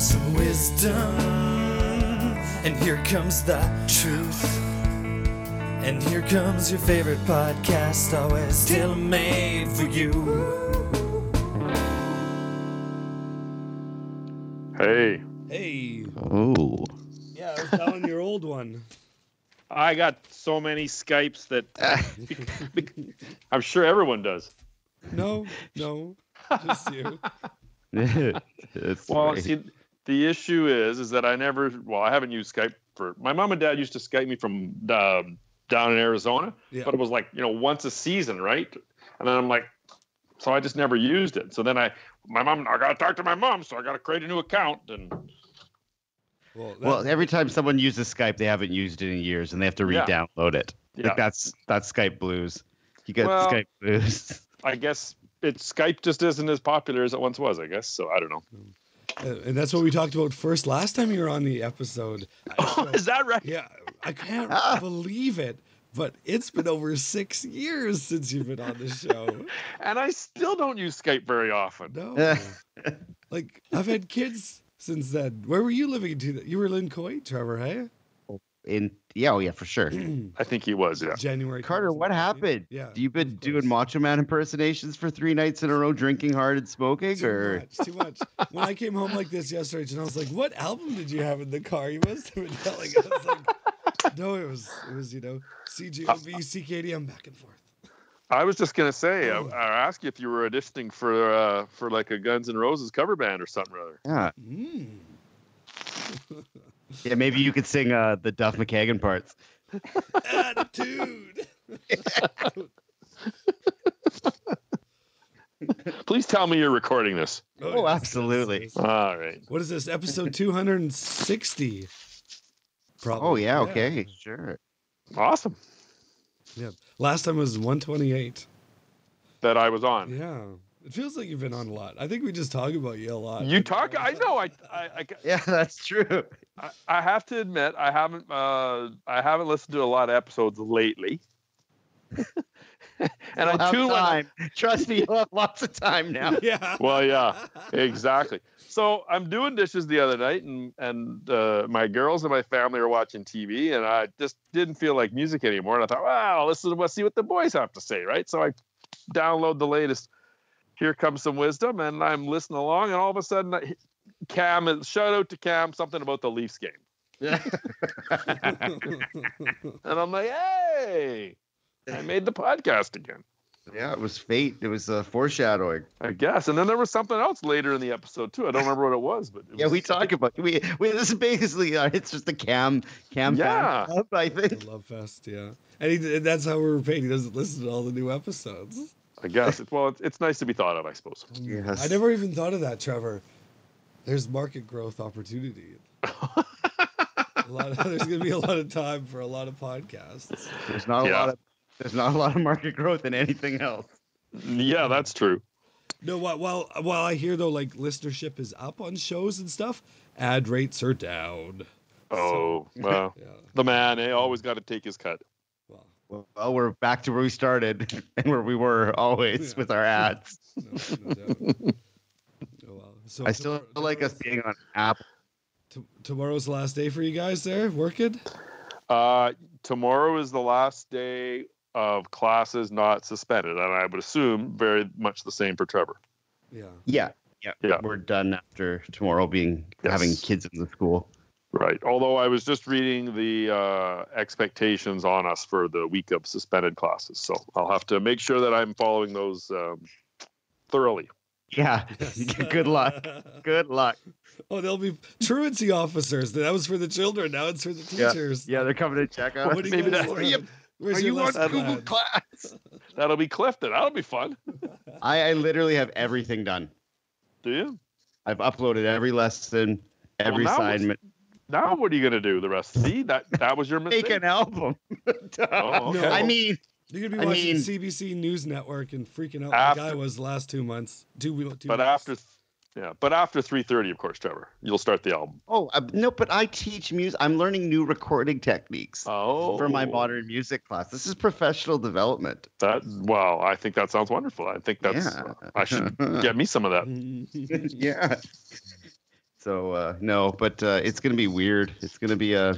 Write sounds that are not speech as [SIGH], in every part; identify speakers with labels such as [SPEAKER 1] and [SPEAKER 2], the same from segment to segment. [SPEAKER 1] some wisdom. And here comes the truth. And here comes your favorite podcast, always still made for you.
[SPEAKER 2] Hey,
[SPEAKER 3] Hey,
[SPEAKER 4] Oh.
[SPEAKER 3] yeah, I was telling your old one.
[SPEAKER 2] I got so many Skypes that I'm sure everyone does.
[SPEAKER 3] No, no, just you.
[SPEAKER 4] That's
[SPEAKER 2] Well,
[SPEAKER 4] right.
[SPEAKER 2] see, the issue is, is that I never, well, I haven't used Skype for, my mom and dad used to Skype me from um down in Arizona,
[SPEAKER 3] Yeah.
[SPEAKER 2] but it was like, you know, once a season, right? And then I'm like, so I just never used it. So then I, my mom, I got to talk to my mom, so I got to create a new account. And
[SPEAKER 3] Well, that,
[SPEAKER 4] well, every time someone uses Skype, they haven't used it in years, and they have to
[SPEAKER 2] Yeah.
[SPEAKER 4] re-download it.
[SPEAKER 2] yeah,
[SPEAKER 4] Like that's that's Skype blues. You got
[SPEAKER 2] Well-
[SPEAKER 4] Skype blues. [LAUGHS]
[SPEAKER 2] I guess it Skype just isn't as popular as it once was, I guess. So I don't know.
[SPEAKER 3] uh, and that's what we talked about first last time you were on the episode. I
[SPEAKER 2] Oh,
[SPEAKER 3] still-
[SPEAKER 2] [LAUGHS] is that right?
[SPEAKER 3] yeah, I can't
[SPEAKER 4] Ah.
[SPEAKER 3] believe it, but it's been over six years since you've been on the show.
[SPEAKER 2] And I still don't use Skype very often.
[SPEAKER 4] [LAUGHS]
[SPEAKER 3] No, like I've had kids since then. Where were you living? To you were in Kuwait, Trevor?
[SPEAKER 4] [CLEARS THROAT]
[SPEAKER 3] Hey, [CLEARS THROAT]
[SPEAKER 4] In yeah, oh yeah, for sure.
[SPEAKER 2] I think he was, yeah.
[SPEAKER 3] January.
[SPEAKER 4] Carter, what
[SPEAKER 3] 2019?
[SPEAKER 4] happened?
[SPEAKER 3] Yeah,
[SPEAKER 4] You've been
[SPEAKER 3] of course.
[SPEAKER 4] doing Macho Man impersonations for three nights in a row, drinking hard and smoking,
[SPEAKER 3] Too
[SPEAKER 4] or
[SPEAKER 3] much, too much. When I came home like this yesterday, and I was like, "What album did you have in the car?" You must have been telling us. Like, no, it was it was you know
[SPEAKER 4] Uh,
[SPEAKER 3] CGOB, CKDM, back and forth.
[SPEAKER 2] I was just gonna say, I,
[SPEAKER 3] Oh.
[SPEAKER 2] I asked you if you were auditioning for uh, for like a Guns N' Roses cover band or something or other.
[SPEAKER 4] yeah,
[SPEAKER 3] Mm.
[SPEAKER 4] yeah, maybe you could sing uh, the Duff McKagan parts.
[SPEAKER 3] Attitude.
[SPEAKER 2] Please tell me you're recording this.
[SPEAKER 4] [LAUGHS] Oh,
[SPEAKER 3] yes,
[SPEAKER 4] absolutely.
[SPEAKER 3] yes, yes.
[SPEAKER 2] All right.
[SPEAKER 3] What is this? Episode two hundred and sixty. Probably.
[SPEAKER 4] Oh yeah, okay, sure.
[SPEAKER 2] Awesome.
[SPEAKER 3] Last time was one twenty-eight.
[SPEAKER 2] That I was on.
[SPEAKER 3] Yeah. It feels like you've been on a lot. I think we just talk about you a lot.
[SPEAKER 2] You talk. I know. I I,
[SPEAKER 4] [LAUGHS] Yeah, that's true.
[SPEAKER 2] I I have to admit I haven't uh, I haven't listened to a lot of episodes lately. [LAUGHS] and
[SPEAKER 4] You'll
[SPEAKER 2] I
[SPEAKER 4] have
[SPEAKER 2] too when I-
[SPEAKER 4] time. Trust me, [LAUGHS] you'll have lots of
[SPEAKER 2] [LAUGHS]
[SPEAKER 4] time now.
[SPEAKER 3] [LAUGHS] Yeah.
[SPEAKER 2] Well, yeah. exactly. So I'm doing dishes the other night, and and uh, my girls and my family are watching TV, and I just didn't feel like music anymore. And I thought, well, this is let's see what the boys have to say, right? So I download the latest. Here comes some wisdom, and I'm listening along, and all of a sudden, I, Cam, is- shout out to Cam, something about the Leafs game, and I'm like, hey,
[SPEAKER 4] [LAUGHS]
[SPEAKER 2] I made the podcast again.
[SPEAKER 4] yeah, it was fate. It was uh, foreshadowing.
[SPEAKER 2] I guess, and then there was something else later in the episode too. I don't remember what it was, but it
[SPEAKER 4] Yeah,
[SPEAKER 2] was,
[SPEAKER 4] we talk about we, we this is basically uh, it's just the cam cam
[SPEAKER 2] Yeah.
[SPEAKER 4] fan club, I
[SPEAKER 3] [LAUGHS]
[SPEAKER 4] think.
[SPEAKER 3] The Love Fest, yeah. And, he, and that's how we're paid. He doesn't listen to all the new episodes.
[SPEAKER 2] I guess. It's, well, it's, it's nice to be thought of, I suppose.
[SPEAKER 4] Yes.
[SPEAKER 3] I never even thought of that, Trevor. There's market growth opportunity. a lot of, [LAUGHS] there's going to be a lot of time for a lot of podcasts.
[SPEAKER 4] There's not a
[SPEAKER 2] Yeah.
[SPEAKER 4] lot of there's not a lot of market growth in anything else.
[SPEAKER 2] Yeah, that's true.
[SPEAKER 3] No, while while, while I hear though, like listenership is up on shows and stuff, ad rates are down.
[SPEAKER 2] Oh, well,
[SPEAKER 3] Yeah.
[SPEAKER 2] the man, eh? Always got to take his cut.
[SPEAKER 3] Well,
[SPEAKER 4] Well, we're back to where we started [LAUGHS] and where we were always
[SPEAKER 3] Yeah.
[SPEAKER 4] with our ads.
[SPEAKER 3] no, no doubt. Oh, well. So
[SPEAKER 4] I still
[SPEAKER 3] tomorrow-
[SPEAKER 4] like us being on Apple.
[SPEAKER 3] t- tomorrow's the last day for you guys there working.
[SPEAKER 2] Uh, tomorrow is the last day of classes not suspended, and I would assume very much the same for Trevor.
[SPEAKER 3] Yeah.
[SPEAKER 4] Yeah. Yeah.
[SPEAKER 2] Yeah.
[SPEAKER 4] We're done after tomorrow being
[SPEAKER 2] Yes.
[SPEAKER 4] having kids in the school.
[SPEAKER 2] Right. Although I was just reading the uh, expectations on us for the week of suspended classes, so I'll have to make sure that I'm following those um, thoroughly.
[SPEAKER 4] Yeah. [LAUGHS] Good luck. Good luck.
[SPEAKER 3] [LAUGHS] Oh, they'll be truancy officers. That was for the children. Now it's for the
[SPEAKER 4] Yeah.
[SPEAKER 3] teachers.
[SPEAKER 4] Yeah, they're coming to check on
[SPEAKER 3] What
[SPEAKER 4] us.
[SPEAKER 3] do you
[SPEAKER 4] Maybe
[SPEAKER 3] guys
[SPEAKER 4] that's-
[SPEAKER 3] learn? Where's
[SPEAKER 4] Are
[SPEAKER 3] your
[SPEAKER 4] you on
[SPEAKER 3] lesson
[SPEAKER 4] Google
[SPEAKER 3] plan?
[SPEAKER 4] Class?
[SPEAKER 2] That'll be Clifton. That'll be fun.
[SPEAKER 4] I, I literally have everything done.
[SPEAKER 2] Do you?
[SPEAKER 4] I've uploaded every lesson, every
[SPEAKER 2] now it's-
[SPEAKER 4] assignment.
[SPEAKER 2] Now what are you going to do the rest? See that that was your mistake.
[SPEAKER 4] Make an album. [LAUGHS]
[SPEAKER 2] Oh, okay.
[SPEAKER 3] No.
[SPEAKER 4] I mean,
[SPEAKER 3] You're gonna be
[SPEAKER 4] I
[SPEAKER 3] watching
[SPEAKER 4] mean-
[SPEAKER 3] CBC News Network and freaking out
[SPEAKER 2] After-
[SPEAKER 3] like I was the last two months. Two, we- two
[SPEAKER 2] but
[SPEAKER 3] months. [LAUGHS]
[SPEAKER 2] after yeah but after 3.30 of course trevor you'll start the album
[SPEAKER 4] oh uh, no, but I teach music. I'm learning new recording techniques
[SPEAKER 2] oh
[SPEAKER 4] for my modern music class. This is professional development.
[SPEAKER 2] that wow i think that sounds
[SPEAKER 4] [LAUGHS]
[SPEAKER 2] wonderful i think that's
[SPEAKER 4] Yeah.
[SPEAKER 2] i should get me some of that
[SPEAKER 4] yeah. So uh, no, but uh, it's gonna be weird. It's gonna be a.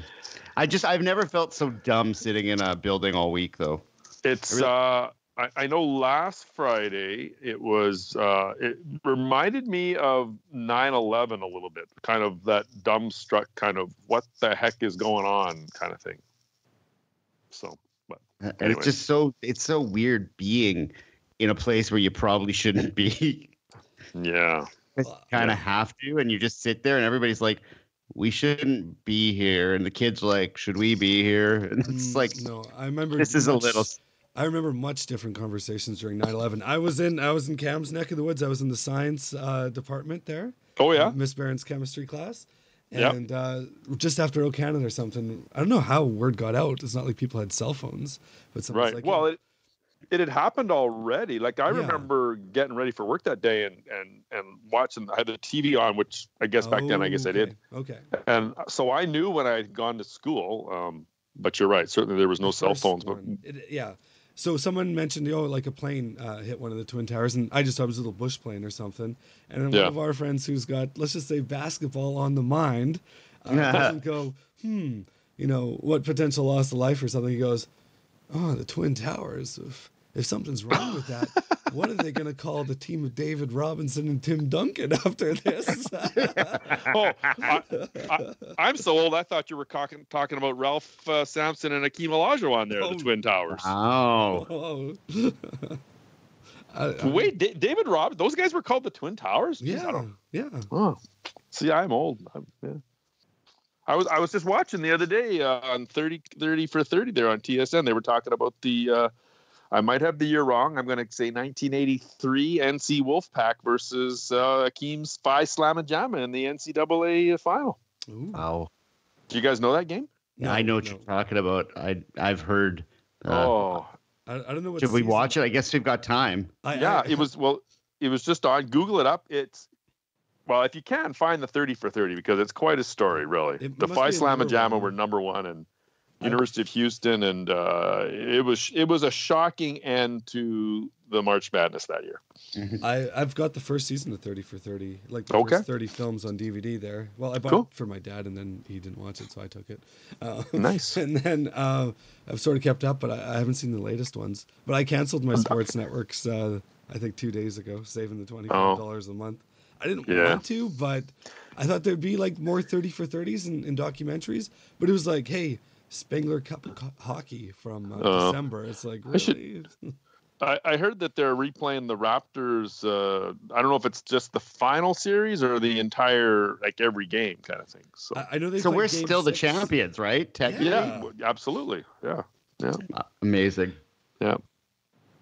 [SPEAKER 4] I just I've never felt so dumb sitting in a building all week though.
[SPEAKER 2] It's
[SPEAKER 4] Really?
[SPEAKER 2] uh, I, I know last Friday it was uh, it reminded me of 9/11 a little bit, kind of that dumbstruck kind of what the heck is going on kind of thing. So
[SPEAKER 4] Uh, And
[SPEAKER 2] Anyway.
[SPEAKER 4] it's just so it's so weird being in a place where you probably shouldn't be. [LAUGHS]
[SPEAKER 2] yeah,
[SPEAKER 4] kind of have to, and you just sit there, and everybody's like, "We shouldn't be here," and the kids like, "Should we be here?" [LAUGHS] And it's
[SPEAKER 3] Mm,
[SPEAKER 4] like,
[SPEAKER 3] no, I remember
[SPEAKER 4] this is a
[SPEAKER 3] much-
[SPEAKER 4] little.
[SPEAKER 3] I remember much different conversations during 9/11. I was in I was in Cam's neck of the woods. I was in the science uh, department there.
[SPEAKER 2] oh yeah,
[SPEAKER 3] Miss Barron's chemistry class.
[SPEAKER 2] Yep.
[SPEAKER 3] And uh, just after O Canada or something, I don't know how word got out. It's not like people had cell phones, but someone's
[SPEAKER 2] right.
[SPEAKER 3] like,
[SPEAKER 2] well,
[SPEAKER 3] yeah,
[SPEAKER 2] it it had happened already. Like I
[SPEAKER 3] Yeah.
[SPEAKER 2] remember getting ready for work that day and and and watching. I had the TV on, which I guess back then I guess I did.
[SPEAKER 3] Oh, Okay. Okay.
[SPEAKER 2] And uh, so I knew when I had gone to school. Um, but you're right. Certainly there was no
[SPEAKER 3] The
[SPEAKER 2] cell
[SPEAKER 3] first
[SPEAKER 2] phones. But
[SPEAKER 3] one. It- yeah. So someone mentioned, oh, like a plane uh, hit one of the twin towers, and I just thought it was a little bush plane or something. And then
[SPEAKER 2] Yeah.
[SPEAKER 3] one of our friends who's got, let's just say, basketball on the mind,
[SPEAKER 2] [LAUGHS]
[SPEAKER 3] uh, doesn't go, hmm, you know, what potential loss of life or something. He goes, oh, the twin towers. If, if something's wrong with
[SPEAKER 2] [LAUGHS]
[SPEAKER 3] that, what are they going to call the team of David Robinson and Tim Duncan after this?
[SPEAKER 2] [LAUGHS]
[SPEAKER 3] [LAUGHS]
[SPEAKER 2] oh, I, I, I'm so old. I thought you were talking talking about Ralph uh, Sampson and Akeem Olajuwon there,
[SPEAKER 3] Oh.
[SPEAKER 2] the Twin Towers.
[SPEAKER 4] Oh,
[SPEAKER 3] oh. [LAUGHS] I- I-
[SPEAKER 2] Wait, D- David Rob, those guys were called the Twin Towers. Jeez, I
[SPEAKER 3] Yeah.
[SPEAKER 2] don't-
[SPEAKER 3] Yeah.
[SPEAKER 2] oh. See, I'm old. I'm, yeah. I was I was just watching the other day uh, on 30, 30 for thirty there on TSN. They were talking about the. Uh, I might have the year wrong. I'm going to say 1983 NC Wolfpack versus uh, Akeem Spy Slam and Jamma in the NCAA final.
[SPEAKER 3] Ooh.
[SPEAKER 4] wow!
[SPEAKER 2] Do you guys know that game?
[SPEAKER 3] No,
[SPEAKER 4] I know what you're
[SPEAKER 3] no.
[SPEAKER 4] talking about. I I've heard. Uh,
[SPEAKER 2] oh,
[SPEAKER 3] I, I don't know what.
[SPEAKER 4] should we
[SPEAKER 3] season-
[SPEAKER 4] watch it? I guess we've got time.
[SPEAKER 3] I,
[SPEAKER 2] yeah,
[SPEAKER 3] I-
[SPEAKER 2] it was well, it was just on. Google it up. It's well, if you can find the thirty for thirty because it's quite a story, really.
[SPEAKER 3] It
[SPEAKER 2] the
[SPEAKER 3] must be
[SPEAKER 2] Phi
[SPEAKER 3] a
[SPEAKER 2] Slamma
[SPEAKER 3] number
[SPEAKER 2] Jamma
[SPEAKER 3] one.
[SPEAKER 2] were number one, and
[SPEAKER 3] I-
[SPEAKER 2] University of Houston, and uh, it was it was a shocking end to the March Madness that year.
[SPEAKER 3] I I've got the first season of Thirty for Thirty, like the
[SPEAKER 2] Okay.
[SPEAKER 3] first thirty films on DVD. There. Well, I bought
[SPEAKER 2] Cool.
[SPEAKER 3] it for my dad, and then he didn't watch it, so I took it. Uh, [LAUGHS]
[SPEAKER 2] Nice.
[SPEAKER 3] And then uh, I've sort of kept up, but I, I haven't seen the latest ones. But I canceled my sports networks. Uh, I think two days ago, saving the twenty five dollars a month. I didn't
[SPEAKER 2] Oh. Yeah.
[SPEAKER 3] want to, but I thought there'd be like more thirty for thirties and, and documentaries. But it was like, hey, Spengler Cup co- hockey from uh,
[SPEAKER 2] Oh.
[SPEAKER 3] December. It's like really.
[SPEAKER 2] I should- I, I heard that they're replaying the Raptors. Uh, I don't know if it's just the final series or the entire like every game kind of thing. So
[SPEAKER 3] I, I know they.
[SPEAKER 4] So
[SPEAKER 3] play
[SPEAKER 4] we're
[SPEAKER 3] game
[SPEAKER 4] still the
[SPEAKER 3] six.
[SPEAKER 4] champions, right? Technically,
[SPEAKER 2] yeah,
[SPEAKER 3] Uh, yeah.
[SPEAKER 2] absolutely, yeah.
[SPEAKER 4] amazing.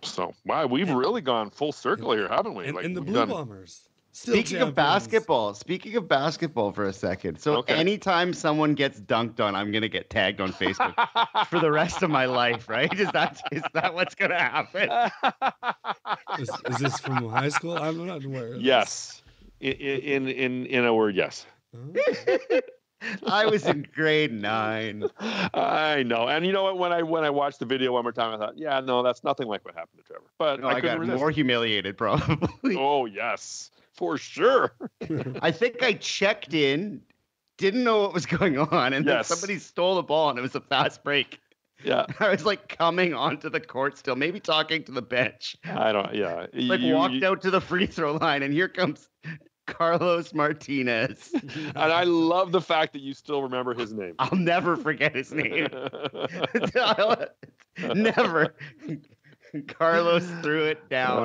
[SPEAKER 2] So wow, we've really gone full circle here, haven't we?
[SPEAKER 3] And, and the
[SPEAKER 2] we've
[SPEAKER 3] Blue
[SPEAKER 2] done-
[SPEAKER 3] Bombers. Still
[SPEAKER 4] Speaking of
[SPEAKER 3] champions.
[SPEAKER 4] basketball, speaking of basketball for a second. So
[SPEAKER 2] Okay.
[SPEAKER 4] anytime someone gets dunked on, I'm gonna get tagged
[SPEAKER 3] [LAUGHS]
[SPEAKER 4] on Facebook for the rest of my life, right? Is that is that what's gonna happen?
[SPEAKER 3] Is, is this from high school? I'm not aware. of this.
[SPEAKER 2] yes. I- i- In, in in in a word, yes.
[SPEAKER 4] [LAUGHS]
[SPEAKER 3] Oh.
[SPEAKER 4] I was in grade nine.
[SPEAKER 2] I know. And you know what? When I when I watched the video one more time, I thought, yeah, no, that's nothing like what happened to Trevor. But
[SPEAKER 4] No,
[SPEAKER 2] I
[SPEAKER 4] Oh, I,
[SPEAKER 2] couldn't
[SPEAKER 4] got
[SPEAKER 2] resist.
[SPEAKER 4] more humiliated, probably.
[SPEAKER 2] Oh yes, for sure.
[SPEAKER 4] I think I checked in, didn't know what was going on, and
[SPEAKER 2] Yes.
[SPEAKER 4] then somebody stole the ball, and it was a fast break.
[SPEAKER 2] Yeah,
[SPEAKER 4] I was like coming onto the court still, maybe talking to the bench.
[SPEAKER 2] [LAUGHS] I don't. Yeah,
[SPEAKER 4] Like
[SPEAKER 2] You- [LAUGHS]
[SPEAKER 4] walked
[SPEAKER 2] you-
[SPEAKER 4] out to the free throw line, and here comes Carlos Martinez.
[SPEAKER 2] And I love the fact that you still remember his
[SPEAKER 4] [LAUGHS]
[SPEAKER 2] name.
[SPEAKER 4] I'll never forget his name. [LAUGHS]
[SPEAKER 2] [LAUGHS]
[SPEAKER 4] never. Carlos threw it down.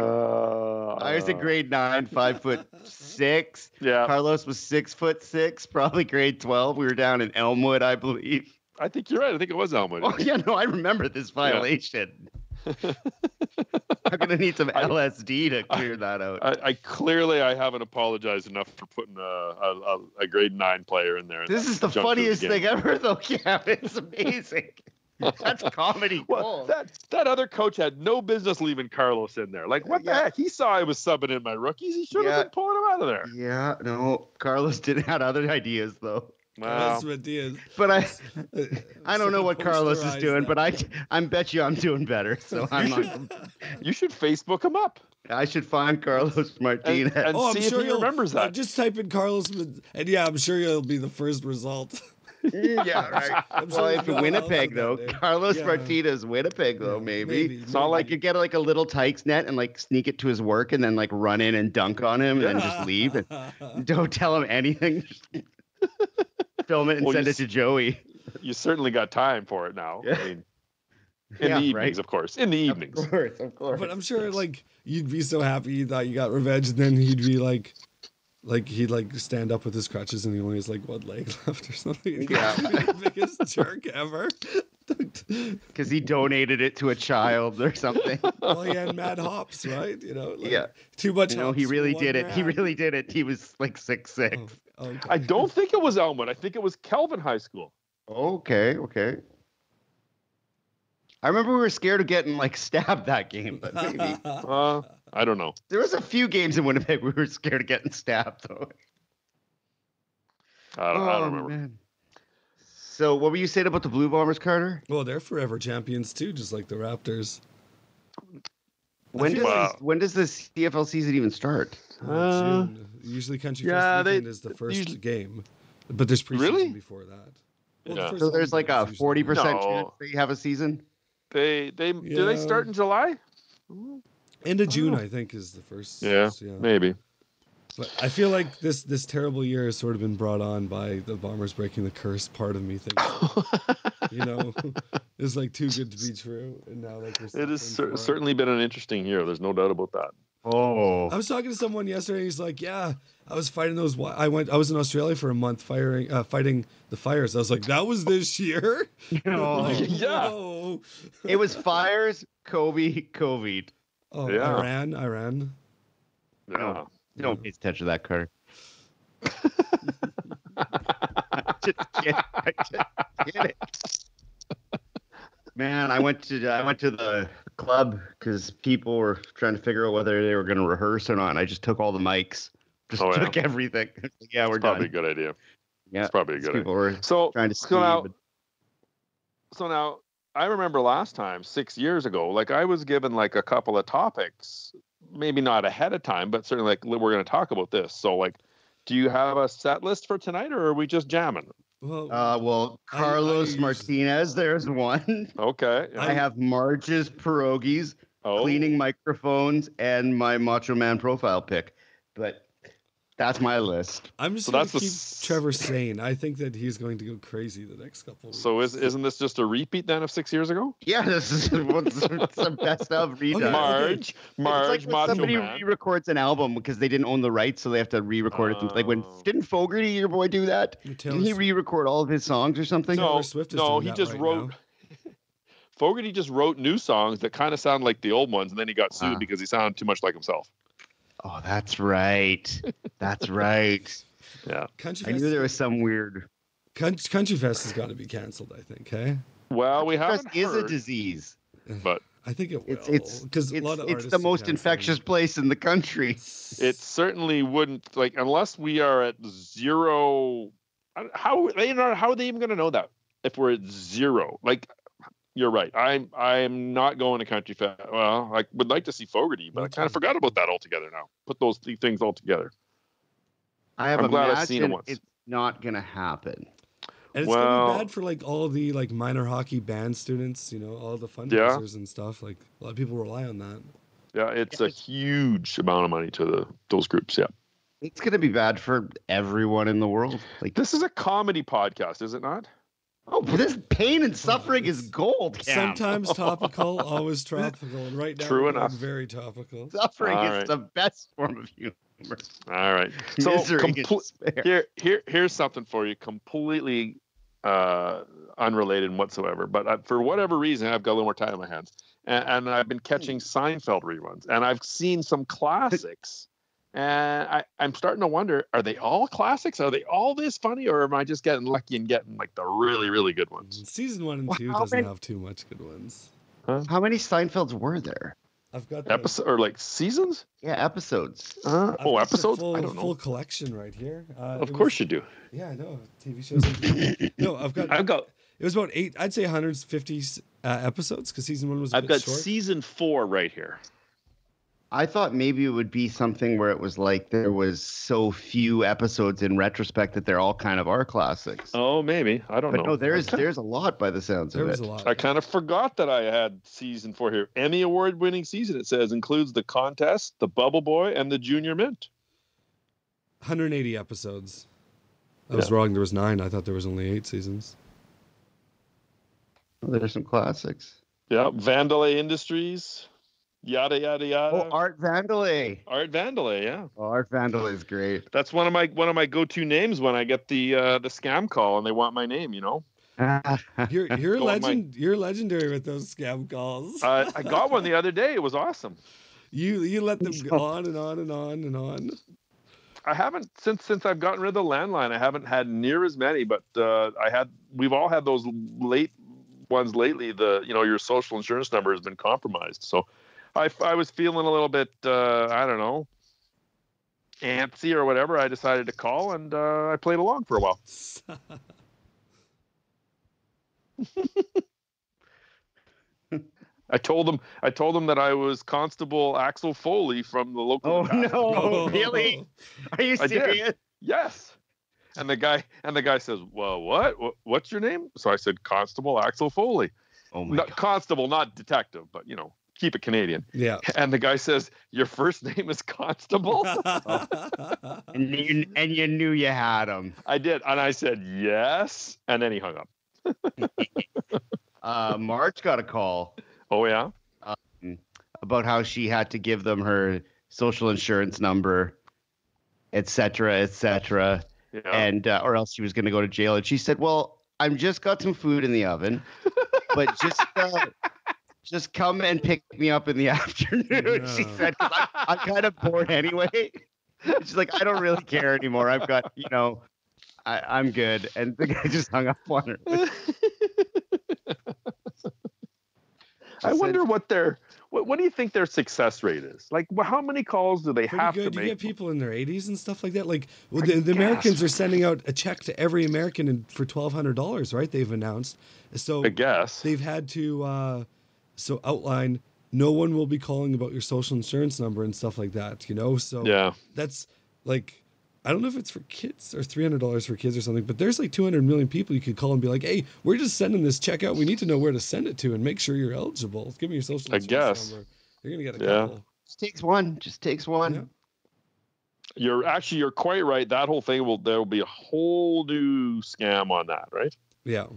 [SPEAKER 4] I was in
[SPEAKER 2] Uh,
[SPEAKER 4] grade nine, five foot six.
[SPEAKER 2] Yeah,
[SPEAKER 4] Carlos was six foot six, probably grade twelve. We were down in Elmwood, I believe. [LAUGHS]
[SPEAKER 2] I think you're right. I think it was Elmwood.
[SPEAKER 4] Oh yeah, no, I remember this violation.
[SPEAKER 2] [LAUGHS]
[SPEAKER 4] I'm gonna need some
[SPEAKER 2] I-
[SPEAKER 4] LSD to clear that out.
[SPEAKER 2] I, I clearly I haven't apologized enough for putting a a, a, a grade nine player in there.
[SPEAKER 4] this is the
[SPEAKER 2] Jump through
[SPEAKER 4] funniest
[SPEAKER 2] game.
[SPEAKER 4] thing ever, [LAUGHS] though, Cam.
[SPEAKER 2] [LAUGHS]
[SPEAKER 4] It's amazing. That's comedy
[SPEAKER 2] Well,
[SPEAKER 4] gold.
[SPEAKER 2] that that other coach had no business leaving Carlos in there.
[SPEAKER 3] Uh,
[SPEAKER 2] Like, what the
[SPEAKER 4] Yeah.
[SPEAKER 2] heck? He saw I was subbing in my rookies. He should have
[SPEAKER 4] Yeah.
[SPEAKER 2] been pulling him out of there.
[SPEAKER 4] yeah, no, Carlos did had other ideas though.
[SPEAKER 2] Wow.
[SPEAKER 3] That's what it is.
[SPEAKER 4] But I, I
[SPEAKER 3] [LAUGHS]
[SPEAKER 4] don't know
[SPEAKER 3] Someone
[SPEAKER 4] what Carlos is
[SPEAKER 3] posterized
[SPEAKER 4] doing,
[SPEAKER 3] that. [LAUGHS]
[SPEAKER 4] [LAUGHS] but I, I bet you I'm doing better. So I'm not.
[SPEAKER 2] You should Facebook him up.
[SPEAKER 4] I should find Carlos Martinez.
[SPEAKER 2] and-
[SPEAKER 3] oh,
[SPEAKER 2] see
[SPEAKER 3] I'm
[SPEAKER 2] if
[SPEAKER 3] sure
[SPEAKER 2] he
[SPEAKER 3] you'll-
[SPEAKER 2] remembers
[SPEAKER 3] uh,
[SPEAKER 2] that.
[SPEAKER 3] just type in Carlos, Mon- and yeah, I'm sure you'll be the first result. [LAUGHS]
[SPEAKER 4] Mm, [LAUGHS] yeah, right.
[SPEAKER 3] I'm
[SPEAKER 4] [LAUGHS] Well,
[SPEAKER 3] sorry
[SPEAKER 4] if
[SPEAKER 3] for
[SPEAKER 4] you're
[SPEAKER 3] that
[SPEAKER 4] Winnipeg though,
[SPEAKER 3] outfit that day.
[SPEAKER 4] Carlos
[SPEAKER 3] Yeah.
[SPEAKER 4] Martinez, Winnipeg though,
[SPEAKER 3] Yeah,
[SPEAKER 4] maybe.
[SPEAKER 3] maybe,
[SPEAKER 4] So like
[SPEAKER 3] maybe.
[SPEAKER 4] you get like a little Tykes net and like sneak it to his work and then like run in and dunk on him and then just leave and
[SPEAKER 3] [LAUGHS]
[SPEAKER 4] [LAUGHS] don't tell him [LAUGHS] anything. Film it and
[SPEAKER 2] Well, you
[SPEAKER 4] send it
[SPEAKER 2] s-
[SPEAKER 4] to Joey.
[SPEAKER 2] You certainly got time for it now.
[SPEAKER 4] Yeah.
[SPEAKER 2] I mean, in the evenings, of course. In the evenings.
[SPEAKER 4] [LAUGHS] Of course, of course.
[SPEAKER 2] uh,
[SPEAKER 3] but I'm sure like you'd be so happy you thought you got revenge, and then he'd be like, like he'd like stand up with his crutches, and he only has like one leg [LAUGHS] left or something.
[SPEAKER 4] Yeah.
[SPEAKER 3] He'd be the biggest jerk ever.
[SPEAKER 4] because he donated it to a child or something.
[SPEAKER 3] well, he had mad hops, right? You know, like,
[SPEAKER 2] [LAUGHS]
[SPEAKER 4] [LAUGHS] Yeah.
[SPEAKER 3] too much.
[SPEAKER 4] no,
[SPEAKER 3] hops
[SPEAKER 4] he
[SPEAKER 3] for
[SPEAKER 4] really
[SPEAKER 3] one
[SPEAKER 4] did it. He
[SPEAKER 3] man.
[SPEAKER 4] really did it. He was like six six. [LAUGHS]
[SPEAKER 3] Oh, okay. [LAUGHS]
[SPEAKER 2] I don't think it was Elmwood. I think it was Kelvin High School.
[SPEAKER 4] Okay, okay. I remember we were scared of getting like stabbed that game,
[SPEAKER 2] [LAUGHS]
[SPEAKER 4] but maybe
[SPEAKER 2] Uh, I don't know.
[SPEAKER 4] there was a few games in Winnipeg we were scared of getting stabbed though.
[SPEAKER 2] I don't, I
[SPEAKER 3] Oh,
[SPEAKER 2] don't remember.
[SPEAKER 4] Oh, man. So what were you saying about the Blue Bombers, Carter?
[SPEAKER 3] well, they're forever champions too, just like the Raptors.
[SPEAKER 4] When does
[SPEAKER 2] feel like-
[SPEAKER 4] when does the CFL season even start?
[SPEAKER 3] in
[SPEAKER 2] Uh,
[SPEAKER 3] June. Usually, Country
[SPEAKER 2] yeah,
[SPEAKER 3] Fest
[SPEAKER 2] they-
[SPEAKER 3] weekend is the first
[SPEAKER 2] usually-
[SPEAKER 3] game, but there's preseason
[SPEAKER 2] Really?
[SPEAKER 3] before that. Well, the
[SPEAKER 2] Yeah.
[SPEAKER 3] first
[SPEAKER 4] So there's
[SPEAKER 3] home
[SPEAKER 4] like
[SPEAKER 3] game
[SPEAKER 4] a
[SPEAKER 3] is usually-
[SPEAKER 4] forty percent
[SPEAKER 2] No.
[SPEAKER 4] chance that you have a season.
[SPEAKER 2] They they do they
[SPEAKER 3] Yeah.
[SPEAKER 2] start in July?
[SPEAKER 3] End of
[SPEAKER 2] Oh.
[SPEAKER 3] June, I think, is the first.
[SPEAKER 2] Yeah, Maybe.
[SPEAKER 3] But I feel like this this terrible year has sort of been brought on by the bombers breaking the curse. Part of me thinks,
[SPEAKER 2] [LAUGHS]
[SPEAKER 3] you know, [LAUGHS] it's like too good to be true, and now like we're
[SPEAKER 2] It
[SPEAKER 3] suffering
[SPEAKER 2] has cer-
[SPEAKER 3] for
[SPEAKER 2] certainly been an interesting year. There's no doubt about that.
[SPEAKER 4] Oh,
[SPEAKER 3] I
[SPEAKER 2] [LAUGHS]
[SPEAKER 3] was talking to someone yesterday. He's like, "Yeah, I was fighting those. Wi- I went. I was in Australia for a month, firing, uh, fighting the fires. I was like, that was this year.
[SPEAKER 4] Oh.
[SPEAKER 3] [LAUGHS] Like,
[SPEAKER 2] [LAUGHS] yeah.
[SPEAKER 3] whoa.
[SPEAKER 4] it was fires, Kobe, COVID.
[SPEAKER 3] Oh,
[SPEAKER 2] Yeah.
[SPEAKER 3] Iran, Iran.
[SPEAKER 2] Yeah.
[SPEAKER 4] Don't pay attention to that, Carter. I [LAUGHS] just get, I just get it. Man, I went to I went to the club because people were trying to figure out whether they were going to rehearse or not. And I just took all the mics, just
[SPEAKER 2] Oh, yeah.
[SPEAKER 4] took everything. [LAUGHS] yeah, we're
[SPEAKER 2] It's probably
[SPEAKER 4] done.
[SPEAKER 2] a good idea.
[SPEAKER 4] Yeah,
[SPEAKER 2] It's probably a good idea.
[SPEAKER 4] people were
[SPEAKER 2] So
[SPEAKER 4] trying to
[SPEAKER 2] so
[SPEAKER 4] see,
[SPEAKER 2] now-
[SPEAKER 4] but-
[SPEAKER 2] so now I remember last time six years ago, like I was given like a couple of topics, maybe not ahead of time, but certainly like we're going to talk about this. So like, do you have a set list for tonight, or are we just jamming?
[SPEAKER 3] Well,
[SPEAKER 4] Uh, well,
[SPEAKER 3] I- I
[SPEAKER 4] Carlos
[SPEAKER 3] used-
[SPEAKER 4] Martinez, there's one. [LAUGHS]
[SPEAKER 2] Okay. yeah.
[SPEAKER 4] I have Marge's pierogies.
[SPEAKER 2] oh,
[SPEAKER 4] cleaning microphones and my Macho Man profile pic. But that's my list.
[SPEAKER 3] I'm just
[SPEAKER 2] so
[SPEAKER 3] going
[SPEAKER 2] that's
[SPEAKER 3] to
[SPEAKER 2] the
[SPEAKER 3] keep
[SPEAKER 2] s-
[SPEAKER 3] Trevor sane. I think that he's going to go crazy the next couple. Weeks.
[SPEAKER 2] So is isn't this just a repeat then of six years ago?
[SPEAKER 4] Yeah, [LAUGHS] this is what's it's the best
[SPEAKER 2] [LAUGHS]
[SPEAKER 4] of redone.
[SPEAKER 3] Okay. Mar-
[SPEAKER 2] Marge,
[SPEAKER 4] it's
[SPEAKER 2] Marge,
[SPEAKER 4] like when
[SPEAKER 2] Macho
[SPEAKER 4] somebody
[SPEAKER 2] Man.
[SPEAKER 4] re-records an album because they didn't own the rights, so they have to re-record it. Like when
[SPEAKER 2] Oh.
[SPEAKER 4] didn't Fogerty, your boy, do that?
[SPEAKER 3] Taylor
[SPEAKER 4] didn't he
[SPEAKER 3] Swi-
[SPEAKER 4] re-record all of his songs or something?
[SPEAKER 3] Taylor
[SPEAKER 2] No,
[SPEAKER 3] Swift is doing
[SPEAKER 2] no, he
[SPEAKER 3] that
[SPEAKER 2] just
[SPEAKER 3] right
[SPEAKER 2] wrote.
[SPEAKER 3] now.
[SPEAKER 2] Fogerty just wrote new songs that kind of sound like the old ones, and then he got sued
[SPEAKER 4] Ah.
[SPEAKER 2] because he sounded too much like himself.
[SPEAKER 4] Oh, that's right.
[SPEAKER 2] [LAUGHS]
[SPEAKER 4] That's right.
[SPEAKER 3] Country
[SPEAKER 4] I
[SPEAKER 3] Fest.
[SPEAKER 4] knew there was some weird.
[SPEAKER 3] Coun- Country Fest has got to be canceled. I think. Hey,
[SPEAKER 2] Well, we
[SPEAKER 4] Stress
[SPEAKER 2] haven't
[SPEAKER 4] is a
[SPEAKER 2] heard.
[SPEAKER 4] disease.
[SPEAKER 3] I think it will.
[SPEAKER 4] It's it's
[SPEAKER 3] because
[SPEAKER 4] it's,
[SPEAKER 3] a lot of
[SPEAKER 4] it's
[SPEAKER 3] artists
[SPEAKER 4] the
[SPEAKER 3] are
[SPEAKER 4] most
[SPEAKER 3] canceling.
[SPEAKER 4] infectious place in the [LAUGHS] country.
[SPEAKER 2] it certainly wouldn't like unless we are at zero. I don't- How they are how are they even going to know that if we're at zero? Like, you're right. I'm I'm not going to country fest. Well, I would like to see Fogerty, but I kind of forgot about that altogether. Now put those three things all together.
[SPEAKER 4] I have
[SPEAKER 2] I'm glad I've seen it
[SPEAKER 4] imagined
[SPEAKER 2] once.
[SPEAKER 4] It's not gonna happen.
[SPEAKER 3] And it's
[SPEAKER 2] Well-
[SPEAKER 3] gonna be bad for like all the like minor hockey band students, you know, all the
[SPEAKER 2] Yeah.
[SPEAKER 3] fundraisers and stuff. Like a lot of people rely on that.
[SPEAKER 2] Yeah, it's
[SPEAKER 4] Yeah,
[SPEAKER 2] a huge amount of money to the those groups. Yeah,
[SPEAKER 4] It's gonna be bad for everyone in the world. Like
[SPEAKER 3] [LAUGHS]
[SPEAKER 2] this is a comedy podcast, is it not?
[SPEAKER 4] oh, this pain and suffering is
[SPEAKER 3] it's-
[SPEAKER 4] gold. Cam.
[SPEAKER 2] [LAUGHS]
[SPEAKER 3] Sometimes topical, always tropical. And right now,
[SPEAKER 2] True
[SPEAKER 3] we're going
[SPEAKER 2] enough.
[SPEAKER 3] very topical.
[SPEAKER 4] [LAUGHS] suffering
[SPEAKER 2] All
[SPEAKER 4] is
[SPEAKER 2] right.
[SPEAKER 4] the best form of humor.
[SPEAKER 2] All [LAUGHS] right. So
[SPEAKER 4] Misery and
[SPEAKER 2] comple-
[SPEAKER 4] despair.
[SPEAKER 2] here here here's something for you completely uh unrelated whatsoever but I, for whatever reason i've got a little more time on my hands and, and i've been catching seinfeld reruns and i've seen some classics and I, i'm starting to wonder are they all classics are they all this funny or am i just getting lucky and getting like the really really good ones
[SPEAKER 3] Season one and
[SPEAKER 4] Well,
[SPEAKER 3] two
[SPEAKER 4] how
[SPEAKER 3] doesn't
[SPEAKER 4] many-
[SPEAKER 3] have too much good ones.
[SPEAKER 4] How many Seinfelds were there?
[SPEAKER 3] I've got the,
[SPEAKER 2] episode or like seasons
[SPEAKER 4] Yeah, episodes.
[SPEAKER 2] uh,
[SPEAKER 3] I've got
[SPEAKER 2] oh
[SPEAKER 3] the
[SPEAKER 2] episodes
[SPEAKER 3] Full,
[SPEAKER 2] i don't
[SPEAKER 3] full
[SPEAKER 2] know
[SPEAKER 3] collection right here. Uh, it
[SPEAKER 2] of
[SPEAKER 3] was-
[SPEAKER 2] course you do
[SPEAKER 3] yeah, I know TV shows.
[SPEAKER 2] [LAUGHS]
[SPEAKER 3] and- no, I've got.
[SPEAKER 2] i've got
[SPEAKER 3] it was about eight. I'd say 150 uh, episodes because season one was. i
[SPEAKER 2] i've got
[SPEAKER 3] short.
[SPEAKER 2] season four right here
[SPEAKER 4] I thought maybe it would be something where it was like there was so few episodes in retrospect that they're all kind of our classics.
[SPEAKER 2] Oh, maybe I don't
[SPEAKER 4] but
[SPEAKER 2] know. [LAUGHS]
[SPEAKER 4] no, there's there's a lot by the sounds
[SPEAKER 3] There
[SPEAKER 4] of
[SPEAKER 3] was
[SPEAKER 4] it.
[SPEAKER 3] a lot.
[SPEAKER 2] I kind of forgot that I had season four here. Emmy award winning season. It says includes the contest, the Bubble Boy, and the Junior Mint.
[SPEAKER 3] 180 episodes. I was wrong. There was nine. I thought there was only eight seasons.
[SPEAKER 4] Oh, there's some classics.
[SPEAKER 2] Yeah, Vandalay Industries. Yada yada yada.
[SPEAKER 4] Oh, Art Vandelay.
[SPEAKER 2] Art Vandalay. Yeah,
[SPEAKER 4] Oh, Art Vandelay is great.
[SPEAKER 2] that's one of my one of my go to names when I get the uh, the scam call and they want my name. You know, [LAUGHS]
[SPEAKER 3] You're you're
[SPEAKER 2] Go on, Mike.
[SPEAKER 3] legend. You're legendary with those scam calls.
[SPEAKER 2] uh, I got one the other day. It was awesome.
[SPEAKER 3] you you let them
[SPEAKER 2] [LAUGHS]
[SPEAKER 3] go on and on and on and on.
[SPEAKER 2] I haven't since since I've gotten rid of the landline. I haven't had near as many, but uh, I had. We've all had those late ones lately. The you know your social insurance number has been compromised. So, I I was feeling a little bit uh, I don't know antsy or whatever. I decided to call and uh, I played along for a while. I told them I told them that I was Constable Axel Foley from the local.
[SPEAKER 4] [LAUGHS] [LAUGHS] oh
[SPEAKER 2] detachment.
[SPEAKER 4] no, really? Are you
[SPEAKER 2] I did.
[SPEAKER 4] serious?
[SPEAKER 2] Yes. And the guy and the guy says, "Well, what? Wha- What's your name?" So I said, "Constable Axel Foley."
[SPEAKER 4] Oh my
[SPEAKER 2] Not-
[SPEAKER 4] god.
[SPEAKER 2] constable, not detective, but you know, keep it Canadian.
[SPEAKER 3] [LAUGHS] Yeah. [LAUGHS]
[SPEAKER 2] [LAUGHS] And the guy says, "Your first [LAUGHS] name is Constable."
[SPEAKER 3] [LAUGHS]
[SPEAKER 4] And you, and you knew you had him.
[SPEAKER 2] I did, and I said yes, and then he hung up.
[SPEAKER 4] Uh, Marge got a call
[SPEAKER 2] Oh yeah,
[SPEAKER 4] about how she had to give them her social insurance number, et cetera, et cetera,
[SPEAKER 2] yeah.
[SPEAKER 4] and uh, or else she was going to go to jail. And she said, "Well, I'm just got some food in the oven, but just uh, just come and pick me up in the [LAUGHS] afternoon." She
[SPEAKER 3] No.
[SPEAKER 4] said, "'Cause I- "I'm kind of bored anyway." [LAUGHS] She's like, "I don't really care anymore. I've got you know." I, I'm good, and the guy just hung up on her.
[SPEAKER 2] I
[SPEAKER 4] said-
[SPEAKER 2] wonder what their what, what do you think their success rate is? Like, wh- how many calls do they
[SPEAKER 3] Pretty
[SPEAKER 2] have
[SPEAKER 3] good.
[SPEAKER 2] to
[SPEAKER 3] You
[SPEAKER 2] make?
[SPEAKER 3] get people in their 80s and stuff like that. Like well, the, the Americans are sending out a check to every American in, for $1,200, right? They've announced. So
[SPEAKER 2] I guess.
[SPEAKER 3] they've had to uh, so outline no one will be calling about your social insurance number and stuff like that. You know, so
[SPEAKER 2] Yeah.
[SPEAKER 3] that's like I don't know if it's for kids or three hundred dollars for kids or something, but there's like two hundred million people you could call and be like, "Hey, we're just sending this check out. We need to know where to send it to and make sure you're eligible. Give me your social
[SPEAKER 2] I
[SPEAKER 3] insurance
[SPEAKER 2] guess.
[SPEAKER 3] number. You're gonna get a
[SPEAKER 2] Yeah.
[SPEAKER 3] couple.
[SPEAKER 4] Just takes one. Just takes one.
[SPEAKER 3] Yeah.
[SPEAKER 2] You're actually you're quite right. That whole thing will there will be a whole new scam on that, right?
[SPEAKER 3] Yeah,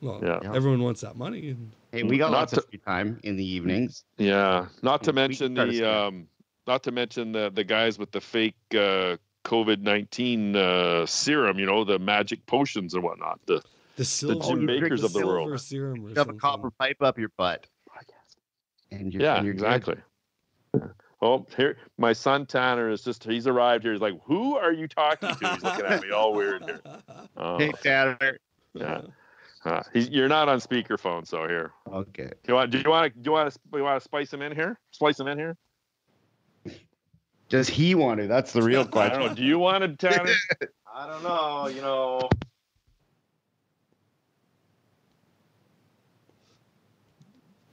[SPEAKER 3] well,
[SPEAKER 2] Yeah.
[SPEAKER 4] Yeah.
[SPEAKER 3] everyone wants that money. And
[SPEAKER 4] Hey, we got
[SPEAKER 2] Not
[SPEAKER 4] lots
[SPEAKER 2] to-
[SPEAKER 4] of free time in the evenings.
[SPEAKER 2] Yeah. Not to
[SPEAKER 4] We can
[SPEAKER 2] mention
[SPEAKER 4] try to
[SPEAKER 2] the
[SPEAKER 4] scam.
[SPEAKER 2] um not to mention the the guys with the fake uh COVID nineteen uh, serum, you know, the magic potions and whatnot. The
[SPEAKER 3] the silver
[SPEAKER 4] Jim Bakers
[SPEAKER 3] the
[SPEAKER 4] of the
[SPEAKER 2] world.
[SPEAKER 3] silver serum or
[SPEAKER 4] Shove a
[SPEAKER 3] something.
[SPEAKER 4] copper pipe up your butt. And you're,
[SPEAKER 2] Oh, yeah,
[SPEAKER 4] and you're good.
[SPEAKER 2] exactly. Oh, here my son Tanner is just he's arrived here. He's like, Who are you talking to? He's looking at me all weird
[SPEAKER 3] [LAUGHS]
[SPEAKER 4] [LAUGHS]
[SPEAKER 2] here. Oh,
[SPEAKER 4] Hey, Tanner.
[SPEAKER 2] yeah. Uh, he's, you're not on speakerphone, so here.
[SPEAKER 4] Okay.
[SPEAKER 2] Do you want? Do you want to? Do you want to? You want to spice him in here? Splice him in here?
[SPEAKER 4] Does he want to? That's the [LAUGHS] real
[SPEAKER 2] I
[SPEAKER 4] question.
[SPEAKER 2] don't know. Do you want to,
[SPEAKER 4] [LAUGHS]
[SPEAKER 2] Tanner?
[SPEAKER 4] I don't know. You know.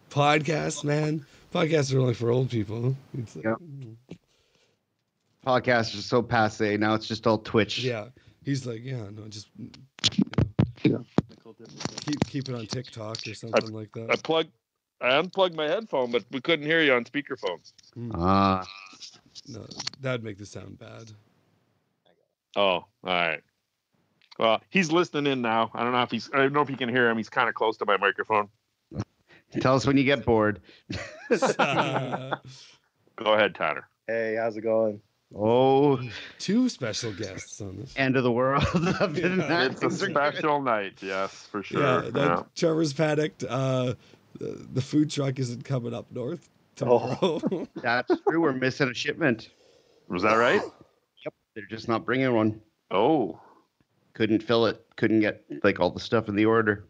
[SPEAKER 3] Podcasts, man. Podcasts are only for old people. It's- mm,
[SPEAKER 4] Yeah. Podcasts are so passe now. It's just all Twitch.
[SPEAKER 3] Yeah. He's like, yeah, no, just keep keep it on TikTok or something like
[SPEAKER 2] I
[SPEAKER 3] that.
[SPEAKER 2] plug. I unplugged my headphone, but we couldn't hear you on speakerphone.
[SPEAKER 4] Ah,
[SPEAKER 3] No, that'd make this sound bad.
[SPEAKER 2] Oh, all right. Well, he's listening in now. I don't know if he's. I don't know if you can hear him. He's kind of close to my microphone.
[SPEAKER 4] tell us when you get bored.
[SPEAKER 2] [LAUGHS] Go ahead, Tanner.
[SPEAKER 5] Hey, how's it going?
[SPEAKER 4] Oh,
[SPEAKER 3] [LAUGHS] Two special guests on this.
[SPEAKER 4] end of the world. [LAUGHS] Other than
[SPEAKER 3] Yeah.
[SPEAKER 4] that,
[SPEAKER 2] It's a
[SPEAKER 4] things are good.
[SPEAKER 2] special night. Yes, for sure.
[SPEAKER 3] Yeah, that,
[SPEAKER 2] Yeah.
[SPEAKER 3] Trevor's panicked. Uh, the, the food truck isn't coming up north tomorrow. [LAUGHS]
[SPEAKER 5] Oh.
[SPEAKER 4] That's true. We're missing a shipment.
[SPEAKER 2] Was that right?
[SPEAKER 4] They're just not bringing one.
[SPEAKER 2] [LAUGHS] Oh.
[SPEAKER 4] Couldn't fill it. Couldn't get like all the stuff in the order.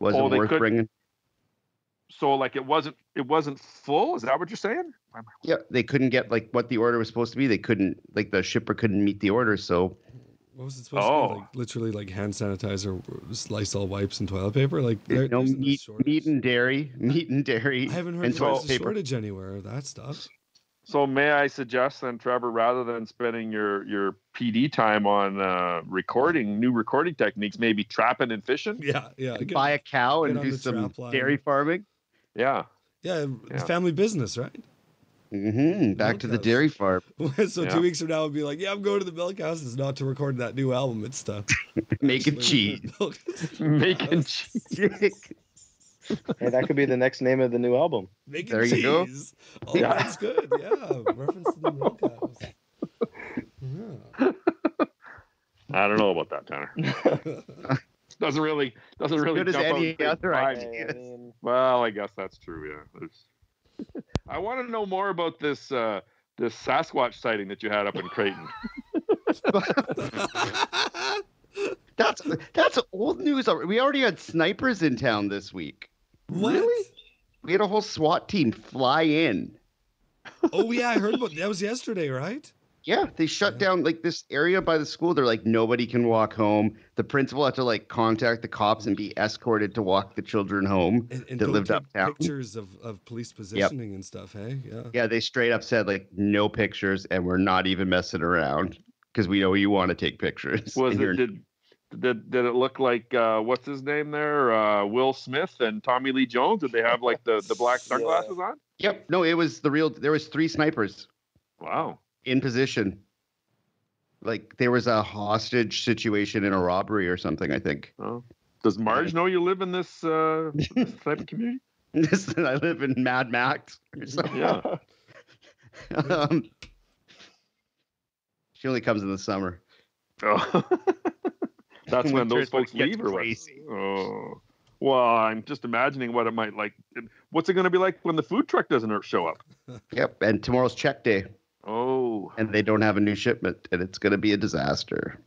[SPEAKER 4] Wasn't
[SPEAKER 2] Oh, they
[SPEAKER 4] worth
[SPEAKER 2] couldn't-
[SPEAKER 4] bringing.
[SPEAKER 2] So like it wasn't. It wasn't full. Is that what you're saying?
[SPEAKER 4] Yeah, they couldn't get like what the order was supposed to be. They couldn't like the shipper couldn't meet the order, so
[SPEAKER 3] what was it supposed to
[SPEAKER 2] Oh.
[SPEAKER 3] be? Like literally, like hand sanitizer, Lysol wipes, and toilet paper. Like there,
[SPEAKER 4] no
[SPEAKER 3] there's no
[SPEAKER 4] meat,
[SPEAKER 3] shortage.
[SPEAKER 4] meat and dairy, [LAUGHS] meat and dairy.
[SPEAKER 3] I haven't heard
[SPEAKER 4] and
[SPEAKER 3] there's
[SPEAKER 4] toilet
[SPEAKER 3] a
[SPEAKER 4] paper.
[SPEAKER 3] shortage anywhere of that stuff. [LAUGHS]
[SPEAKER 2] So may I suggest then, Trevor, rather than spending your your PD time on uh, recording new recording techniques, maybe trapping and fishing?
[SPEAKER 3] Yeah, yeah. Get-
[SPEAKER 4] buy a cow
[SPEAKER 3] get
[SPEAKER 4] and
[SPEAKER 3] on
[SPEAKER 4] do
[SPEAKER 3] the
[SPEAKER 4] some
[SPEAKER 3] trap line.
[SPEAKER 4] dairy farming.
[SPEAKER 2] Yeah.
[SPEAKER 3] yeah,
[SPEAKER 2] yeah.
[SPEAKER 3] family business, right? [LAUGHS]
[SPEAKER 4] hmm Back to the
[SPEAKER 3] Milk cows.
[SPEAKER 4] dairy [LAUGHS] farm.
[SPEAKER 3] so
[SPEAKER 2] Yeah.
[SPEAKER 3] two weeks from now, I'll be like, yeah, I'm going to the milk house. It's not to record that new album. It's
[SPEAKER 4] [LAUGHS]
[SPEAKER 3] to
[SPEAKER 4] Making cheese. [LAUGHS]
[SPEAKER 3] [LAUGHS] Milk-
[SPEAKER 2] [LAUGHS] Making cheese.
[SPEAKER 5] Hey, that could be the next name of the new [LAUGHS] album.
[SPEAKER 3] Making
[SPEAKER 4] There you
[SPEAKER 3] cheese.
[SPEAKER 4] go.
[SPEAKER 3] Oh,
[SPEAKER 2] Yeah.
[SPEAKER 3] that's good. Yeah, reference to the milk
[SPEAKER 4] [LAUGHS]
[SPEAKER 3] house. Yeah. [LAUGHS]
[SPEAKER 2] I don't know about that,
[SPEAKER 4] [LAUGHS]
[SPEAKER 2] Tanner. Doesn't really doesn't really
[SPEAKER 4] good as
[SPEAKER 2] jump out
[SPEAKER 4] any
[SPEAKER 2] big
[SPEAKER 4] other
[SPEAKER 2] five.
[SPEAKER 4] idea.
[SPEAKER 5] Hey, I mean,
[SPEAKER 2] Well, I guess that's true. Yeah. There's-
[SPEAKER 4] [LAUGHS]
[SPEAKER 2] I want to know more about this uh, this Sasquatch sighting that you had up in
[SPEAKER 4] [LAUGHS]
[SPEAKER 2] Creighton.
[SPEAKER 4] That's that's old news. already. We already had snipers in town this week.
[SPEAKER 3] What?
[SPEAKER 4] Really? We had a whole SWAT team fly in.
[SPEAKER 3] Oh yeah, I heard about that was yesterday, right?
[SPEAKER 4] Yeah, they shut
[SPEAKER 3] Yeah.
[SPEAKER 4] down like this area by the school. They're like nobody can walk home. The principal had to like contact the cops and be escorted to walk the children home.
[SPEAKER 3] And, and
[SPEAKER 4] That
[SPEAKER 3] don't
[SPEAKER 4] lived
[SPEAKER 3] take
[SPEAKER 4] uptown.
[SPEAKER 3] Pictures of, of police positioning and stuff. Hey, yeah.
[SPEAKER 4] Yeah, they straight up said like no pictures and we're not even messing around because we know you want to take pictures.
[SPEAKER 2] Was
[SPEAKER 4] and
[SPEAKER 2] it
[SPEAKER 4] you're-
[SPEAKER 2] did did, did it look like uh, what's his name there? Uh, Will Smith and Tommy Lee Jones? Did they have like the the
[SPEAKER 4] [LAUGHS]
[SPEAKER 2] black
[SPEAKER 5] Yeah.
[SPEAKER 2] sunglasses on?
[SPEAKER 4] Yep. No, it was the real. There was three snipers
[SPEAKER 2] Wow.
[SPEAKER 4] in position. Like there was a hostage situation in a robbery or something. I think. [LAUGHS]
[SPEAKER 2] Oh. Does Marge know you live in this, uh, this type of
[SPEAKER 4] [LAUGHS]
[SPEAKER 2] community?
[SPEAKER 4] This I live in Mad Max or something.
[SPEAKER 2] Yeah.
[SPEAKER 4] Um, she only comes in the summer.
[SPEAKER 2] Oh. [LAUGHS]
[SPEAKER 4] [LAUGHS]
[SPEAKER 2] That's when
[SPEAKER 4] Winter
[SPEAKER 2] those
[SPEAKER 4] is when
[SPEAKER 2] folks
[SPEAKER 4] it gets
[SPEAKER 2] leave, or what?
[SPEAKER 4] crazy.
[SPEAKER 2] Oh. Well, I'm just imagining what it might like. What's it going to be like when the food truck doesn't er, show up?
[SPEAKER 4] Yep. And tomorrow's check day,
[SPEAKER 2] Oh.
[SPEAKER 4] and they don't have a new shipment, and it's gonna be a disaster.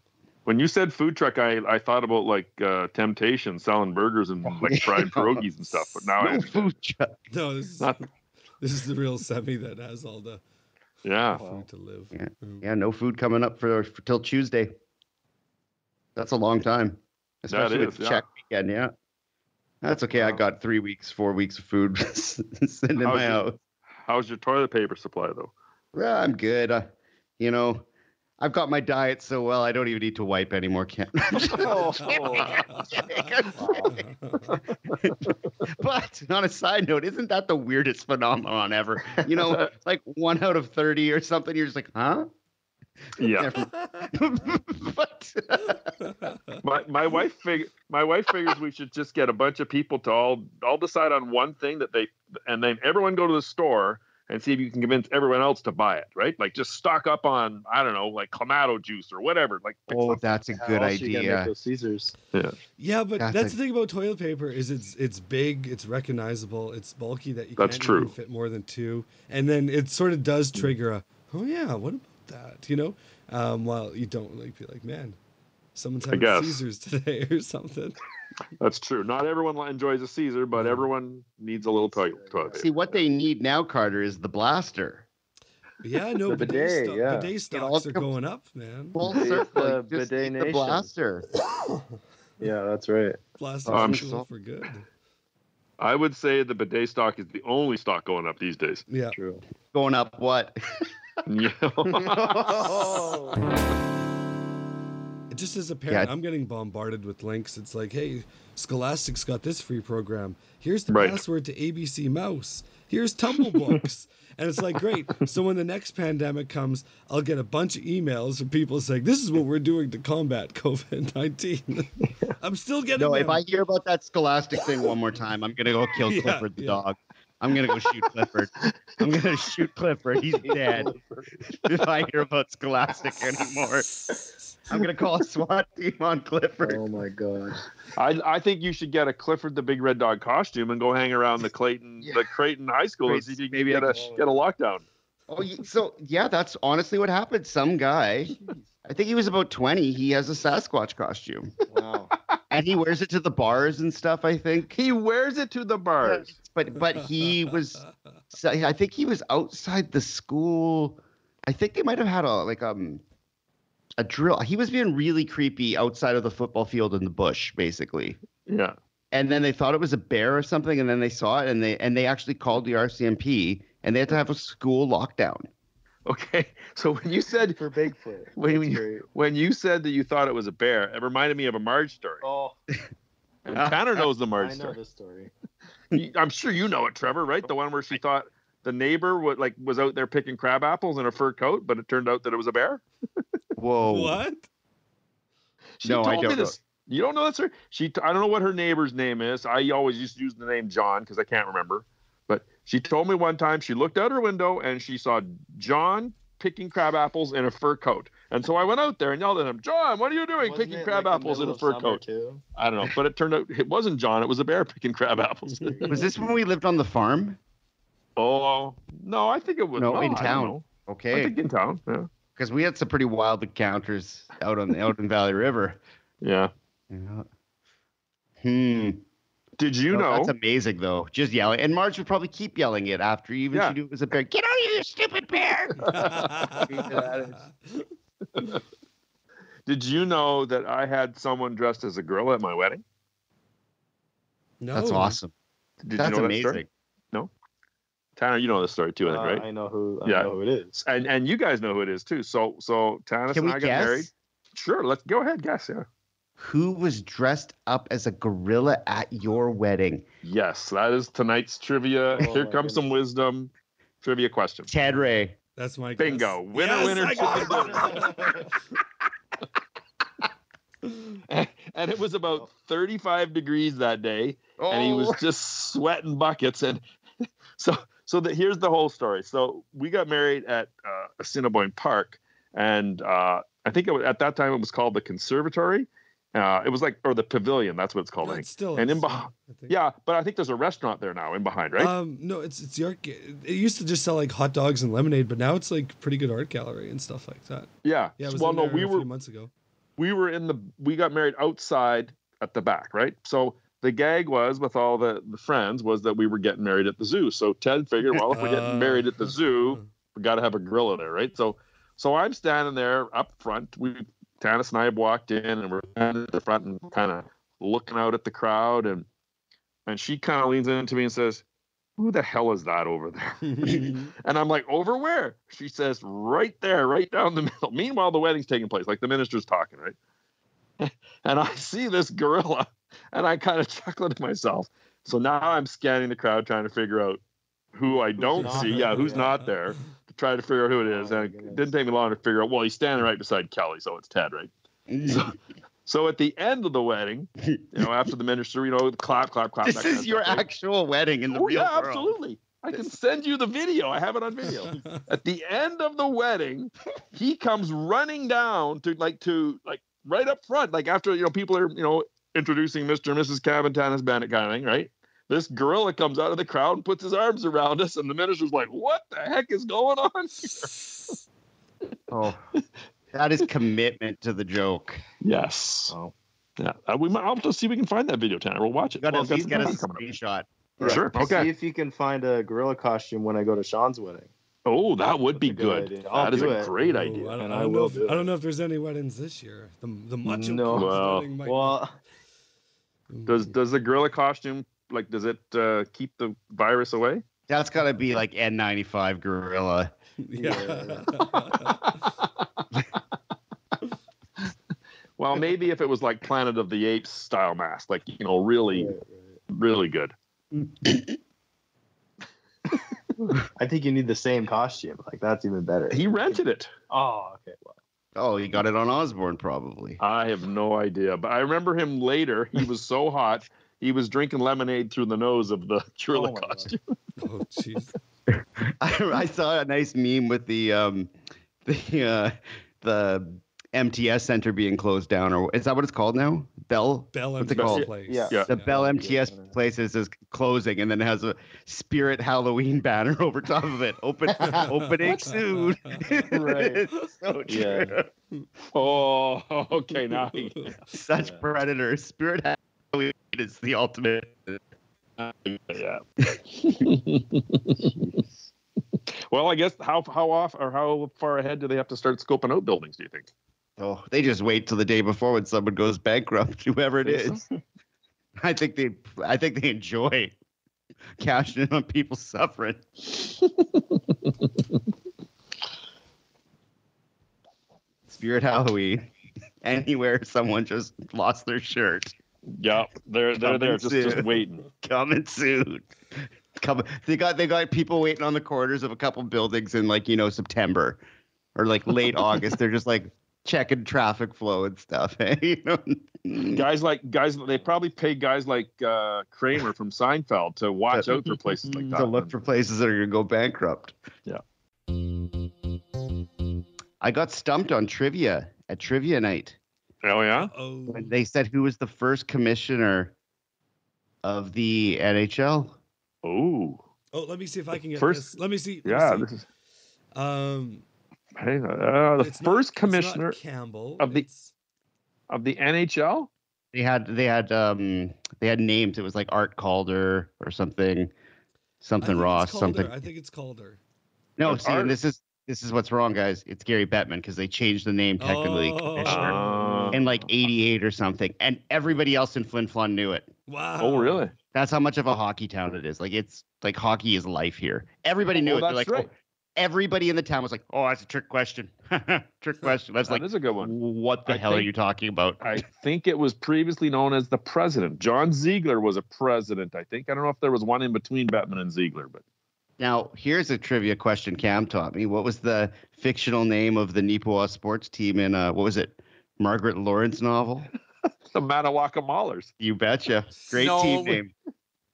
[SPEAKER 2] When you said food truck, I, I thought about like uh, Temptation selling burgers
[SPEAKER 4] [LAUGHS]
[SPEAKER 2] and like fried pierogies and stuff. But now, I,
[SPEAKER 4] No food truck.
[SPEAKER 3] No, this is,
[SPEAKER 2] Not-
[SPEAKER 3] this is the real semi that has all the
[SPEAKER 2] yeah,
[SPEAKER 5] Wow.
[SPEAKER 3] food to live.
[SPEAKER 4] Yeah.
[SPEAKER 3] Mm. [LAUGHS]
[SPEAKER 4] Yeah, no food coming up for, for till Tuesday. That's a long time, especially
[SPEAKER 2] is,
[SPEAKER 4] with
[SPEAKER 2] yeah.
[SPEAKER 4] check weekend. Yeah, that's okay. I
[SPEAKER 2] Wow.
[SPEAKER 4] got three weeks, four weeks of food [LAUGHS] sitting in
[SPEAKER 2] How's
[SPEAKER 4] my
[SPEAKER 2] your-
[SPEAKER 4] house.
[SPEAKER 2] how's your toilet paper supply
[SPEAKER 4] [LAUGHS]
[SPEAKER 2] though?
[SPEAKER 4] Well, I'm good. Uh, you know, I've got my diet so well, I don't even need to wipe anymore. Can't.
[SPEAKER 5] Oh,
[SPEAKER 4] [LAUGHS] but on a side note, isn't that the weirdest phenomenon ever? You
[SPEAKER 5] [LAUGHS]
[SPEAKER 4] know, like one out of 30 or something, you're just like, huh? [LAUGHS]
[SPEAKER 2] Yeah,
[SPEAKER 4] but
[SPEAKER 2] my, my [LAUGHS] wife fig- my wife figures we should just get a bunch of people to all all decide on one thing that they and then everyone go to the store and see if you can convince everyone else to buy it. Right? Like just stock up on I don't know like clamato juice or whatever. Like pick
[SPEAKER 4] oh, [LAUGHS]
[SPEAKER 2] something.
[SPEAKER 4] that's a
[SPEAKER 5] how
[SPEAKER 4] good
[SPEAKER 5] else you gonna make
[SPEAKER 4] idea.
[SPEAKER 5] those Caesars.
[SPEAKER 3] [LAUGHS] Yeah, but
[SPEAKER 4] That's
[SPEAKER 3] that's,
[SPEAKER 4] a-
[SPEAKER 3] the thing about toilet paper is it's it's big, it's recognizable, it's bulky that you
[SPEAKER 2] That's
[SPEAKER 3] can't even
[SPEAKER 2] true.
[SPEAKER 3] fit more than two, and then it sort of does trigger a oh yeah, what about that? You know, um, while you don't like be like man, someone's having
[SPEAKER 2] guess.
[SPEAKER 3] Caesars [LAUGHS] today or something.
[SPEAKER 2] that's true. Not everyone li- enjoys a Caesar, but everyone needs a little toilet toilet paper.
[SPEAKER 4] See, what they need now, Carter, is the blaster.
[SPEAKER 3] Yeah, no,
[SPEAKER 5] The
[SPEAKER 3] bidet,
[SPEAKER 5] bidet,
[SPEAKER 3] sto-
[SPEAKER 5] yeah.
[SPEAKER 3] bidet
[SPEAKER 4] all
[SPEAKER 3] stocks are
[SPEAKER 4] comes-
[SPEAKER 3] going up, man.
[SPEAKER 4] Full
[SPEAKER 5] It's
[SPEAKER 4] circle.
[SPEAKER 5] the
[SPEAKER 4] like, just
[SPEAKER 5] bidet
[SPEAKER 4] need the
[SPEAKER 5] nation.
[SPEAKER 4] blaster.
[SPEAKER 5] Yeah, that's right.
[SPEAKER 3] Plastic
[SPEAKER 2] I'm
[SPEAKER 3] is
[SPEAKER 4] Oh, so-
[SPEAKER 3] for good.
[SPEAKER 2] I would say the bidet stock is the only stock going up these days. [LAUGHS]
[SPEAKER 3] Yeah.
[SPEAKER 5] True.
[SPEAKER 4] Going up what? [LAUGHS]
[SPEAKER 5] Oh, [LAUGHS]
[SPEAKER 3] just as a parent,
[SPEAKER 4] Yeah.
[SPEAKER 3] I'm getting bombarded with links. It's like, hey, Scholastic's got this free program. Here's the
[SPEAKER 2] Right.
[SPEAKER 3] password to ABC Mouse. Here's Tumblebooks.
[SPEAKER 4] [LAUGHS]
[SPEAKER 3] and it's like, great. So when the next pandemic comes, I'll get a bunch of emails from people saying, this is what we're doing to combat COVID
[SPEAKER 4] [LAUGHS]
[SPEAKER 3] 19. I'm still getting
[SPEAKER 4] No,
[SPEAKER 3] [LAUGHS]
[SPEAKER 4] if
[SPEAKER 3] them.
[SPEAKER 4] I hear about that scholastic thing one more time, I'm gonna go
[SPEAKER 3] [LAUGHS]
[SPEAKER 4] kill
[SPEAKER 3] Yeah,
[SPEAKER 4] Clifford the
[SPEAKER 3] yeah.
[SPEAKER 4] dog. I'm gonna go shoot Clifford. I'm gonna shoot Clifford. He's dead. if I hear about scholastic anymore, I'm gonna call a SWAT team on Clifford.
[SPEAKER 5] Oh my god.
[SPEAKER 2] I, I think you should get a Clifford the Big Red Dog costume and go hang around the Clayton the Creighton High School and see if you can
[SPEAKER 4] Maybe I
[SPEAKER 2] get a
[SPEAKER 5] can-
[SPEAKER 2] get a lockdown.
[SPEAKER 4] Oh, ye- so yeah, that's honestly what happened. Some guy, I think he was about 20. He has a Sasquatch costume,
[SPEAKER 5] Wow.
[SPEAKER 4] and he wears it to the bars and stuff. I think,
[SPEAKER 2] He wears it to the bars.
[SPEAKER 4] but but
[SPEAKER 3] [LAUGHS]
[SPEAKER 4] he was So I think he was outside the school. I think they might have had a like um a drill. He was being really creepy outside of the football field in the bush, basically.
[SPEAKER 2] Yeah.
[SPEAKER 4] And then they thought it was a bear or something, and then they saw it and they and they actually called the RCMP and they had to have a school lockdown.
[SPEAKER 2] Okay, so when you said
[SPEAKER 5] [LAUGHS] for Bigfoot.
[SPEAKER 2] Wait,
[SPEAKER 5] That's
[SPEAKER 2] you-
[SPEAKER 5] great.
[SPEAKER 2] when you said that you thought it was a bear, it reminded me of a Marge story.
[SPEAKER 5] Oh,
[SPEAKER 2] And Connor knows the Marge
[SPEAKER 5] [LAUGHS] I know
[SPEAKER 2] story.
[SPEAKER 5] this story.
[SPEAKER 2] You- I'm sure you know it, Trevor, right? The one where she thought the neighbor was like was out there picking crab apples in a fur coat, but it turned out that it was a bear.
[SPEAKER 4] Whoa!
[SPEAKER 3] What?
[SPEAKER 2] She
[SPEAKER 4] No, I
[SPEAKER 2] told me
[SPEAKER 4] don't know.
[SPEAKER 2] this. You don't know that story? She t- I don't know what her neighbor's name is. I always used to use the name John because I can't remember. But she told me one time she looked out her window and she saw John picking crab apples in a fur coat. And so I went out there and yelled at him, John, what are you doing
[SPEAKER 5] Wasn't
[SPEAKER 2] picking
[SPEAKER 5] it,
[SPEAKER 2] crab
[SPEAKER 5] like, the
[SPEAKER 2] apples in
[SPEAKER 5] middle
[SPEAKER 2] a
[SPEAKER 5] of
[SPEAKER 2] fur
[SPEAKER 5] summer,
[SPEAKER 2] coat?
[SPEAKER 5] [LAUGHS] Too?
[SPEAKER 2] I don't know. But it turned out it wasn't John, it was a bear picking crab apples.
[SPEAKER 4] Was this when we lived on the farm?
[SPEAKER 2] [LAUGHS] oh no, I think it was
[SPEAKER 4] No, in
[SPEAKER 2] I don't
[SPEAKER 4] town.
[SPEAKER 2] know. I
[SPEAKER 4] Okay, [LAUGHS]
[SPEAKER 2] think in town. Yeah.
[SPEAKER 4] because we had some pretty wild encounters out on out in Valley River.
[SPEAKER 2] Yeah.
[SPEAKER 4] Yeah. Hmm.
[SPEAKER 2] Did you
[SPEAKER 4] No,
[SPEAKER 2] know
[SPEAKER 4] that's amazing though. Just yelling, and Marge would probably keep yelling it after, even
[SPEAKER 2] Yeah.
[SPEAKER 4] if she knew it was a bear. Get out of here, you stupid bear!
[SPEAKER 2] did you know that I had someone dressed as a gorilla at my wedding?
[SPEAKER 3] no.
[SPEAKER 4] That's awesome.
[SPEAKER 2] Did
[SPEAKER 4] that's
[SPEAKER 2] you know that story?
[SPEAKER 4] amazing.
[SPEAKER 2] Tanner, you know the story too, I
[SPEAKER 5] Uh,
[SPEAKER 2] think, right?
[SPEAKER 5] I know who. I
[SPEAKER 2] Yeah.
[SPEAKER 5] know who it is. [LAUGHS]
[SPEAKER 2] and and you guys know who it is too. So so Tannis
[SPEAKER 4] Can
[SPEAKER 2] and
[SPEAKER 4] we
[SPEAKER 2] I got
[SPEAKER 4] guess
[SPEAKER 2] married. Sure, let's go ahead, guess. Yeah.
[SPEAKER 4] who was dressed up as a gorilla at your wedding?
[SPEAKER 2] Yes, that is tonight's trivia.
[SPEAKER 5] Oh,
[SPEAKER 2] Here
[SPEAKER 5] my
[SPEAKER 2] comes some wisdom trivia question.
[SPEAKER 4] [LAUGHS] Ted Ray.
[SPEAKER 3] That's my guess.
[SPEAKER 2] Bingo. Winner, winner,
[SPEAKER 3] I got
[SPEAKER 2] chicken
[SPEAKER 3] it.
[SPEAKER 2] And it was about 35 degrees that day,
[SPEAKER 4] Oh,
[SPEAKER 2] and he [LAUGHS] was just sweating buckets. And [LAUGHS] so, so that here's the whole story. So we got married at uh, Assiniboine Park, and uh, I think it was, at that time it was called the Conservatory. Uh, it was like, or the Pavilion. That's what it's called.
[SPEAKER 3] No,
[SPEAKER 2] I
[SPEAKER 3] it's
[SPEAKER 2] think.
[SPEAKER 3] still
[SPEAKER 2] And
[SPEAKER 3] is,
[SPEAKER 2] in behind,
[SPEAKER 3] I think.
[SPEAKER 2] yeah, but I think there's a restaurant there now in behind, right?
[SPEAKER 3] Um, no, it's it's York. It used to just sell like hot dogs and lemonade, but now it's like pretty good art gallery and stuff like that.
[SPEAKER 2] yeah.
[SPEAKER 3] Yeah, it was
[SPEAKER 2] well,
[SPEAKER 3] in
[SPEAKER 2] no,
[SPEAKER 3] there
[SPEAKER 2] we
[SPEAKER 3] a
[SPEAKER 2] were
[SPEAKER 3] few months ago.
[SPEAKER 2] we were in the we got married outside at the back, right? So the gag was with all the, the friends was that we were getting married at the zoo. So Ted figured, well, if we're getting married at the
[SPEAKER 3] Uh.
[SPEAKER 2] zoo, we got to have a gorilla there, right? So, so I'm standing there up front. We, Tanis and I have walked in, and we're standing at the front and kind of looking out at the crowd, and and she kind of leans into me and says, "Who the hell is that over there?" [LAUGHS]
[SPEAKER 5] Mm-hmm.
[SPEAKER 2] and I'm like, "Over where?" She says, "Right there, right down the middle." [LAUGHS] Meanwhile, the wedding's taking place. Like the minister's talking, right? [LAUGHS] and I see this gorilla, and I kind of chuckle to myself. So now I'm scanning the crowd, trying to figure out who I don't
[SPEAKER 5] not
[SPEAKER 2] see.
[SPEAKER 5] there,
[SPEAKER 2] Yeah, who's
[SPEAKER 3] [LAUGHS]
[SPEAKER 5] yeah.
[SPEAKER 2] not there? to try to figure out who it is.
[SPEAKER 5] Oh, my
[SPEAKER 2] and it
[SPEAKER 5] goodness.
[SPEAKER 2] didn't take me long to figure out. Well, he's standing right beside Kelly, so it's Ted, right?
[SPEAKER 4] this
[SPEAKER 2] So at the end of the
[SPEAKER 5] [LAUGHS]
[SPEAKER 2] wedding, you know, after the minister, you know, clap, clap, clap. that kind
[SPEAKER 4] is
[SPEAKER 2] of
[SPEAKER 4] your
[SPEAKER 2] stuff, right?
[SPEAKER 4] actual wedding in the
[SPEAKER 2] Oh
[SPEAKER 4] real
[SPEAKER 2] yeah,
[SPEAKER 4] world.
[SPEAKER 2] absolutely. I can send you the video. I have it on
[SPEAKER 4] [LAUGHS]
[SPEAKER 2] video. at the end of the wedding, he comes running down to like to like right up front, like after you know people are you know introducing Mr. and Mrs. Cabin, Tannis Bennett kind of thing, right? This gorilla comes out of the crowd and puts his arms around us, and the minister's like, "What the heck is going on?" [LAUGHS]
[SPEAKER 4] Oh, that is commitment to the joke.
[SPEAKER 2] Yes.
[SPEAKER 5] Wow.
[SPEAKER 2] Yeah, uh, we might. I'll just see if we can find that video, Tanner. We'll watch it.
[SPEAKER 4] You got to
[SPEAKER 2] Well,
[SPEAKER 4] at
[SPEAKER 2] it's got
[SPEAKER 4] least
[SPEAKER 2] some
[SPEAKER 4] get a
[SPEAKER 2] content coming up.
[SPEAKER 4] screenshot.
[SPEAKER 5] [LAUGHS] Yeah.
[SPEAKER 2] Sure.
[SPEAKER 5] See
[SPEAKER 2] Okay.
[SPEAKER 5] if you can find a gorilla costume when I go to Sean's wedding.
[SPEAKER 2] Oh, that would be
[SPEAKER 5] That's a good
[SPEAKER 2] good.
[SPEAKER 5] idea. I'll
[SPEAKER 2] that is
[SPEAKER 5] do
[SPEAKER 2] a
[SPEAKER 5] it.
[SPEAKER 2] great
[SPEAKER 3] Ooh,
[SPEAKER 2] idea.
[SPEAKER 3] I don't,
[SPEAKER 5] and
[SPEAKER 3] I
[SPEAKER 5] I
[SPEAKER 3] don't know
[SPEAKER 5] will
[SPEAKER 3] if,
[SPEAKER 5] do
[SPEAKER 3] I don't
[SPEAKER 5] it.
[SPEAKER 3] know if there's any weddings this year. The the macho
[SPEAKER 5] No.
[SPEAKER 3] King's
[SPEAKER 2] Wow.
[SPEAKER 3] wedding might
[SPEAKER 5] Well,
[SPEAKER 3] not-
[SPEAKER 2] Does does the gorilla costume like does it uh, keep the virus away?
[SPEAKER 4] That's got to be like N95 gorilla.
[SPEAKER 3] [LAUGHS] yeah.
[SPEAKER 2] Well, maybe if it was like Planet of the Apes style mask, like you know, really,
[SPEAKER 5] right, right.
[SPEAKER 2] really good.
[SPEAKER 5] I think you need the same costume. Like that's even better.
[SPEAKER 2] He rented it.
[SPEAKER 5] Oh, okay. Well,
[SPEAKER 4] Oh, you got it on Osborne probably.
[SPEAKER 2] I have no idea, but I remember him later. He was so hot, he was drinking lemonade through the nose of the [LAUGHS] gorilla
[SPEAKER 5] Oh my God.
[SPEAKER 2] costume.
[SPEAKER 3] [LAUGHS] Oh jeez.
[SPEAKER 4] [LAUGHS] I, I saw a nice meme with the um, [LAUGHS] the uh, the MTS center being closed down, or is that what it's called now? Bell.
[SPEAKER 3] Bell
[SPEAKER 4] What's it
[SPEAKER 3] MTS
[SPEAKER 4] called?
[SPEAKER 3] place.
[SPEAKER 5] Yeah.
[SPEAKER 2] Yeah.
[SPEAKER 4] The Bell MTS
[SPEAKER 5] yeah.
[SPEAKER 4] places is closing, and then it has a Spirit Halloween [LAUGHS] banner over top of it.
[SPEAKER 5] [LAUGHS]
[SPEAKER 4] Open,
[SPEAKER 3] [LAUGHS]
[SPEAKER 4] opening soon. [LAUGHS]
[SPEAKER 5] Right.
[SPEAKER 4] so true.
[SPEAKER 5] Yeah.
[SPEAKER 2] Oh, okay. Now he, [LAUGHS]
[SPEAKER 4] Such
[SPEAKER 5] Yeah.
[SPEAKER 4] predators. Spirit Halloween is the ultimate.
[SPEAKER 2] yeah. [LAUGHS] well, I guess how how off or how far ahead do they have to start scoping out buildings? Do you think?
[SPEAKER 4] Oh, they just wait till the day before when someone goes bankrupt, [LAUGHS] whoever it
[SPEAKER 2] Think
[SPEAKER 4] [LAUGHS] is. I think they, I think they enjoy cashing in on people suffering. Spirit Halloween. Anywhere someone just lost their shirt.
[SPEAKER 2] Yep, they're they're there just, just
[SPEAKER 4] Coming
[SPEAKER 2] waiting.
[SPEAKER 4] Coming soon. Come they got they got people waiting on the corners of a couple buildings in like, you know, September or like late August. They're just like checking traffic flow and stuff. [LAUGHS] Hey, you know.
[SPEAKER 2] Guys like guys, they probably pay guys like uh, Kramer from Seinfeld to watch
[SPEAKER 4] To-
[SPEAKER 2] out for places like that.
[SPEAKER 4] to look for places that are going to go bankrupt.
[SPEAKER 2] Yeah.
[SPEAKER 4] I got stumped on trivia at trivia night
[SPEAKER 2] oh yeah,
[SPEAKER 3] Oh,
[SPEAKER 4] when they said who was the first commissioner of the NHL.
[SPEAKER 2] oh
[SPEAKER 3] oh, let me see if I can get
[SPEAKER 2] First-
[SPEAKER 3] this. Let me see. let me
[SPEAKER 2] yeah.
[SPEAKER 3] see.
[SPEAKER 2] This is
[SPEAKER 3] Um,
[SPEAKER 2] hey, uh, the
[SPEAKER 3] it's
[SPEAKER 2] first
[SPEAKER 3] not- it's not
[SPEAKER 2] commissioner
[SPEAKER 3] Campbell
[SPEAKER 2] of the-
[SPEAKER 3] it's-
[SPEAKER 2] of the NHL.
[SPEAKER 4] They had they had um they had names. It was like Art Calder or something,
[SPEAKER 3] I think
[SPEAKER 4] something
[SPEAKER 3] it's
[SPEAKER 4] Ross,
[SPEAKER 3] Calder.
[SPEAKER 4] something.
[SPEAKER 3] I think it's Calder.
[SPEAKER 4] No,
[SPEAKER 2] But
[SPEAKER 4] see,
[SPEAKER 2] Art-
[SPEAKER 4] this is this is what's wrong, guys. It's Gary Bettman because they changed the name technically
[SPEAKER 3] Oh.
[SPEAKER 4] commissioner
[SPEAKER 2] Uh,
[SPEAKER 4] in like '88 or something, and everybody else in Flin Flon knew it.
[SPEAKER 3] Wow.
[SPEAKER 2] oh really?
[SPEAKER 4] That's how much of a hockey town it is. Like it's like hockey is life here. Everybody knew
[SPEAKER 2] Oh,
[SPEAKER 4] it. They're
[SPEAKER 2] that's
[SPEAKER 4] like,
[SPEAKER 2] right.
[SPEAKER 4] oh, everybody in the town was like, "Oh, that's a trick question. [LAUGHS] trick question." I was
[SPEAKER 2] That
[SPEAKER 4] like,
[SPEAKER 2] is a good
[SPEAKER 4] [LAUGHS]
[SPEAKER 2] one.
[SPEAKER 4] "What the
[SPEAKER 2] I
[SPEAKER 4] hell are
[SPEAKER 2] think-
[SPEAKER 4] you talking about?"
[SPEAKER 2] I think it was previously known as the president. John Ziegler was a president, I think. I don't know if there was one in between Batman and Ziegler, but
[SPEAKER 4] Now, here's a trivia question. Cam taught me. What was the fictional name of the Nipawa sports team in uh, what was it? Margaret Lawrence novel.
[SPEAKER 2] the Manawaka Maulers.
[SPEAKER 4] You betcha. Great
[SPEAKER 2] No.
[SPEAKER 4] team name.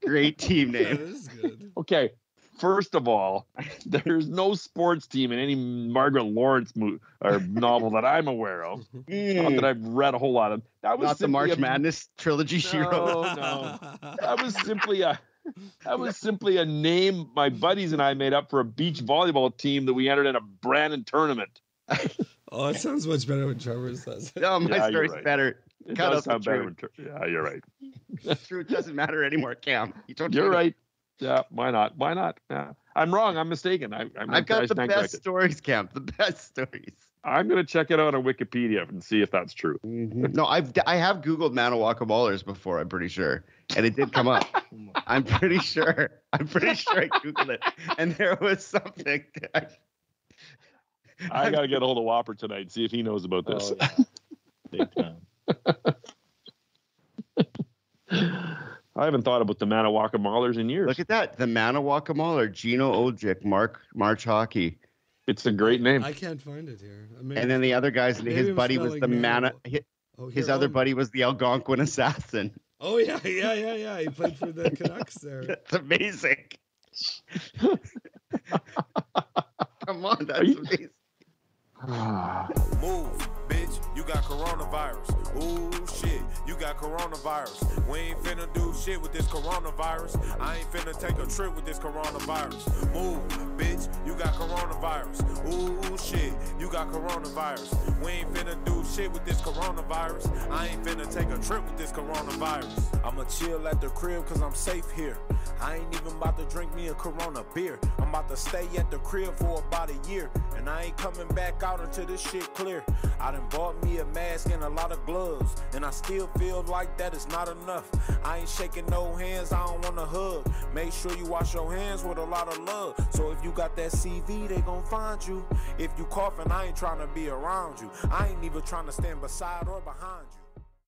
[SPEAKER 4] Great
[SPEAKER 3] [LAUGHS]
[SPEAKER 4] team
[SPEAKER 3] Yeah,
[SPEAKER 4] name.
[SPEAKER 3] this is good.
[SPEAKER 2] Okay, first of all, [LAUGHS] there's no sports team in any Margaret Lawrence mo- or novel that I'm aware
[SPEAKER 3] [LAUGHS]
[SPEAKER 2] of. Not that
[SPEAKER 4] Mm,
[SPEAKER 2] I've read a whole lot of. That was
[SPEAKER 4] Not the
[SPEAKER 2] simply
[SPEAKER 4] March
[SPEAKER 2] a-
[SPEAKER 4] Madness trilogy [LAUGHS] she
[SPEAKER 2] No,
[SPEAKER 4] wrote.
[SPEAKER 2] no. That was simply a. That was simply a name my buddies and I made up for a beach volleyball team that we entered in a Brandon tournament.
[SPEAKER 3] Oh, it sounds much better when Trevor says it.
[SPEAKER 4] No, Oh, my
[SPEAKER 2] Yeah, you're
[SPEAKER 4] story's
[SPEAKER 2] right.
[SPEAKER 4] better.
[SPEAKER 2] It
[SPEAKER 4] Cut
[SPEAKER 2] does
[SPEAKER 4] out
[SPEAKER 2] sound
[SPEAKER 4] the
[SPEAKER 2] better. when- Yeah, you're right.
[SPEAKER 4] Truth doesn't matter anymore, Cam. You don't
[SPEAKER 2] You're
[SPEAKER 4] need it.
[SPEAKER 2] right. Yeah, why not? Why not? Yeah. I'm wrong. I'm mistaken. I, I'm
[SPEAKER 4] I've got the
[SPEAKER 2] stand
[SPEAKER 4] best
[SPEAKER 2] corrected.
[SPEAKER 4] stories, Cam. The [LAUGHS] best stories.
[SPEAKER 2] I'm going to check it out on Wikipedia and see if that's true.
[SPEAKER 4] No, I've I have Googled Manawaka Ballers before. I'm pretty sure, and it did come up. I'm pretty sure. I'm pretty sure I Googled it, and there was something. that
[SPEAKER 1] [LAUGHS]
[SPEAKER 4] I,
[SPEAKER 2] I got to get a hold of Whopper tonight and see if he knows about this.
[SPEAKER 1] Oh, yeah. Big time.
[SPEAKER 2] [LAUGHS] I haven't thought about the Manawaka Maulers in years.
[SPEAKER 4] [LAUGHS] Look at that. The Manawaka Mauler, Gino Ojic, Mark March Hockey,
[SPEAKER 2] it's a great name.
[SPEAKER 3] I can't find it here. I mean,
[SPEAKER 4] and then the other guys.
[SPEAKER 3] Maybe
[SPEAKER 4] His
[SPEAKER 3] I'm
[SPEAKER 4] buddy was
[SPEAKER 3] spelling
[SPEAKER 4] the Mana.
[SPEAKER 3] Manawa-
[SPEAKER 4] hi-
[SPEAKER 3] oh,
[SPEAKER 4] His
[SPEAKER 3] here,
[SPEAKER 4] other
[SPEAKER 3] oh,
[SPEAKER 4] buddy was the Algonquin Assassin. [LAUGHS]
[SPEAKER 3] Oh yeah, yeah, yeah, yeah. He played for the Canucks there.
[SPEAKER 4] That's amazing. [LAUGHS] Come on, that's
[SPEAKER 2] you-
[SPEAKER 4] amazing.
[SPEAKER 6] Move, bitch, you got coronavirus. Ooh, shit, you got coronavirus. We ain't finna do shit with this coronavirus. I ain't finna take a trip with this coronavirus. Move, bitch, you got coronavirus. Ooh, shit, you got coronavirus. We ain't finna do shit with this coronavirus. I ain't finna take a trip with this coronavirus. I'ma chill at the crib cause I'm safe here. I ain't even about to drink me a Corona beer. I'm about to stay at the crib for about a year. And I ain't coming back out until this shit clear. I done bought me a mask and a lot of gloves. And I still feel like that is not enough. I ain't shaking no hands, I don't wanna hug. Make sure you wash your hands with a lot of love. So if you got that CV, they gon' find you. If you coughing, I ain't trying to be around you. I ain't even trying to stand beside or behind you.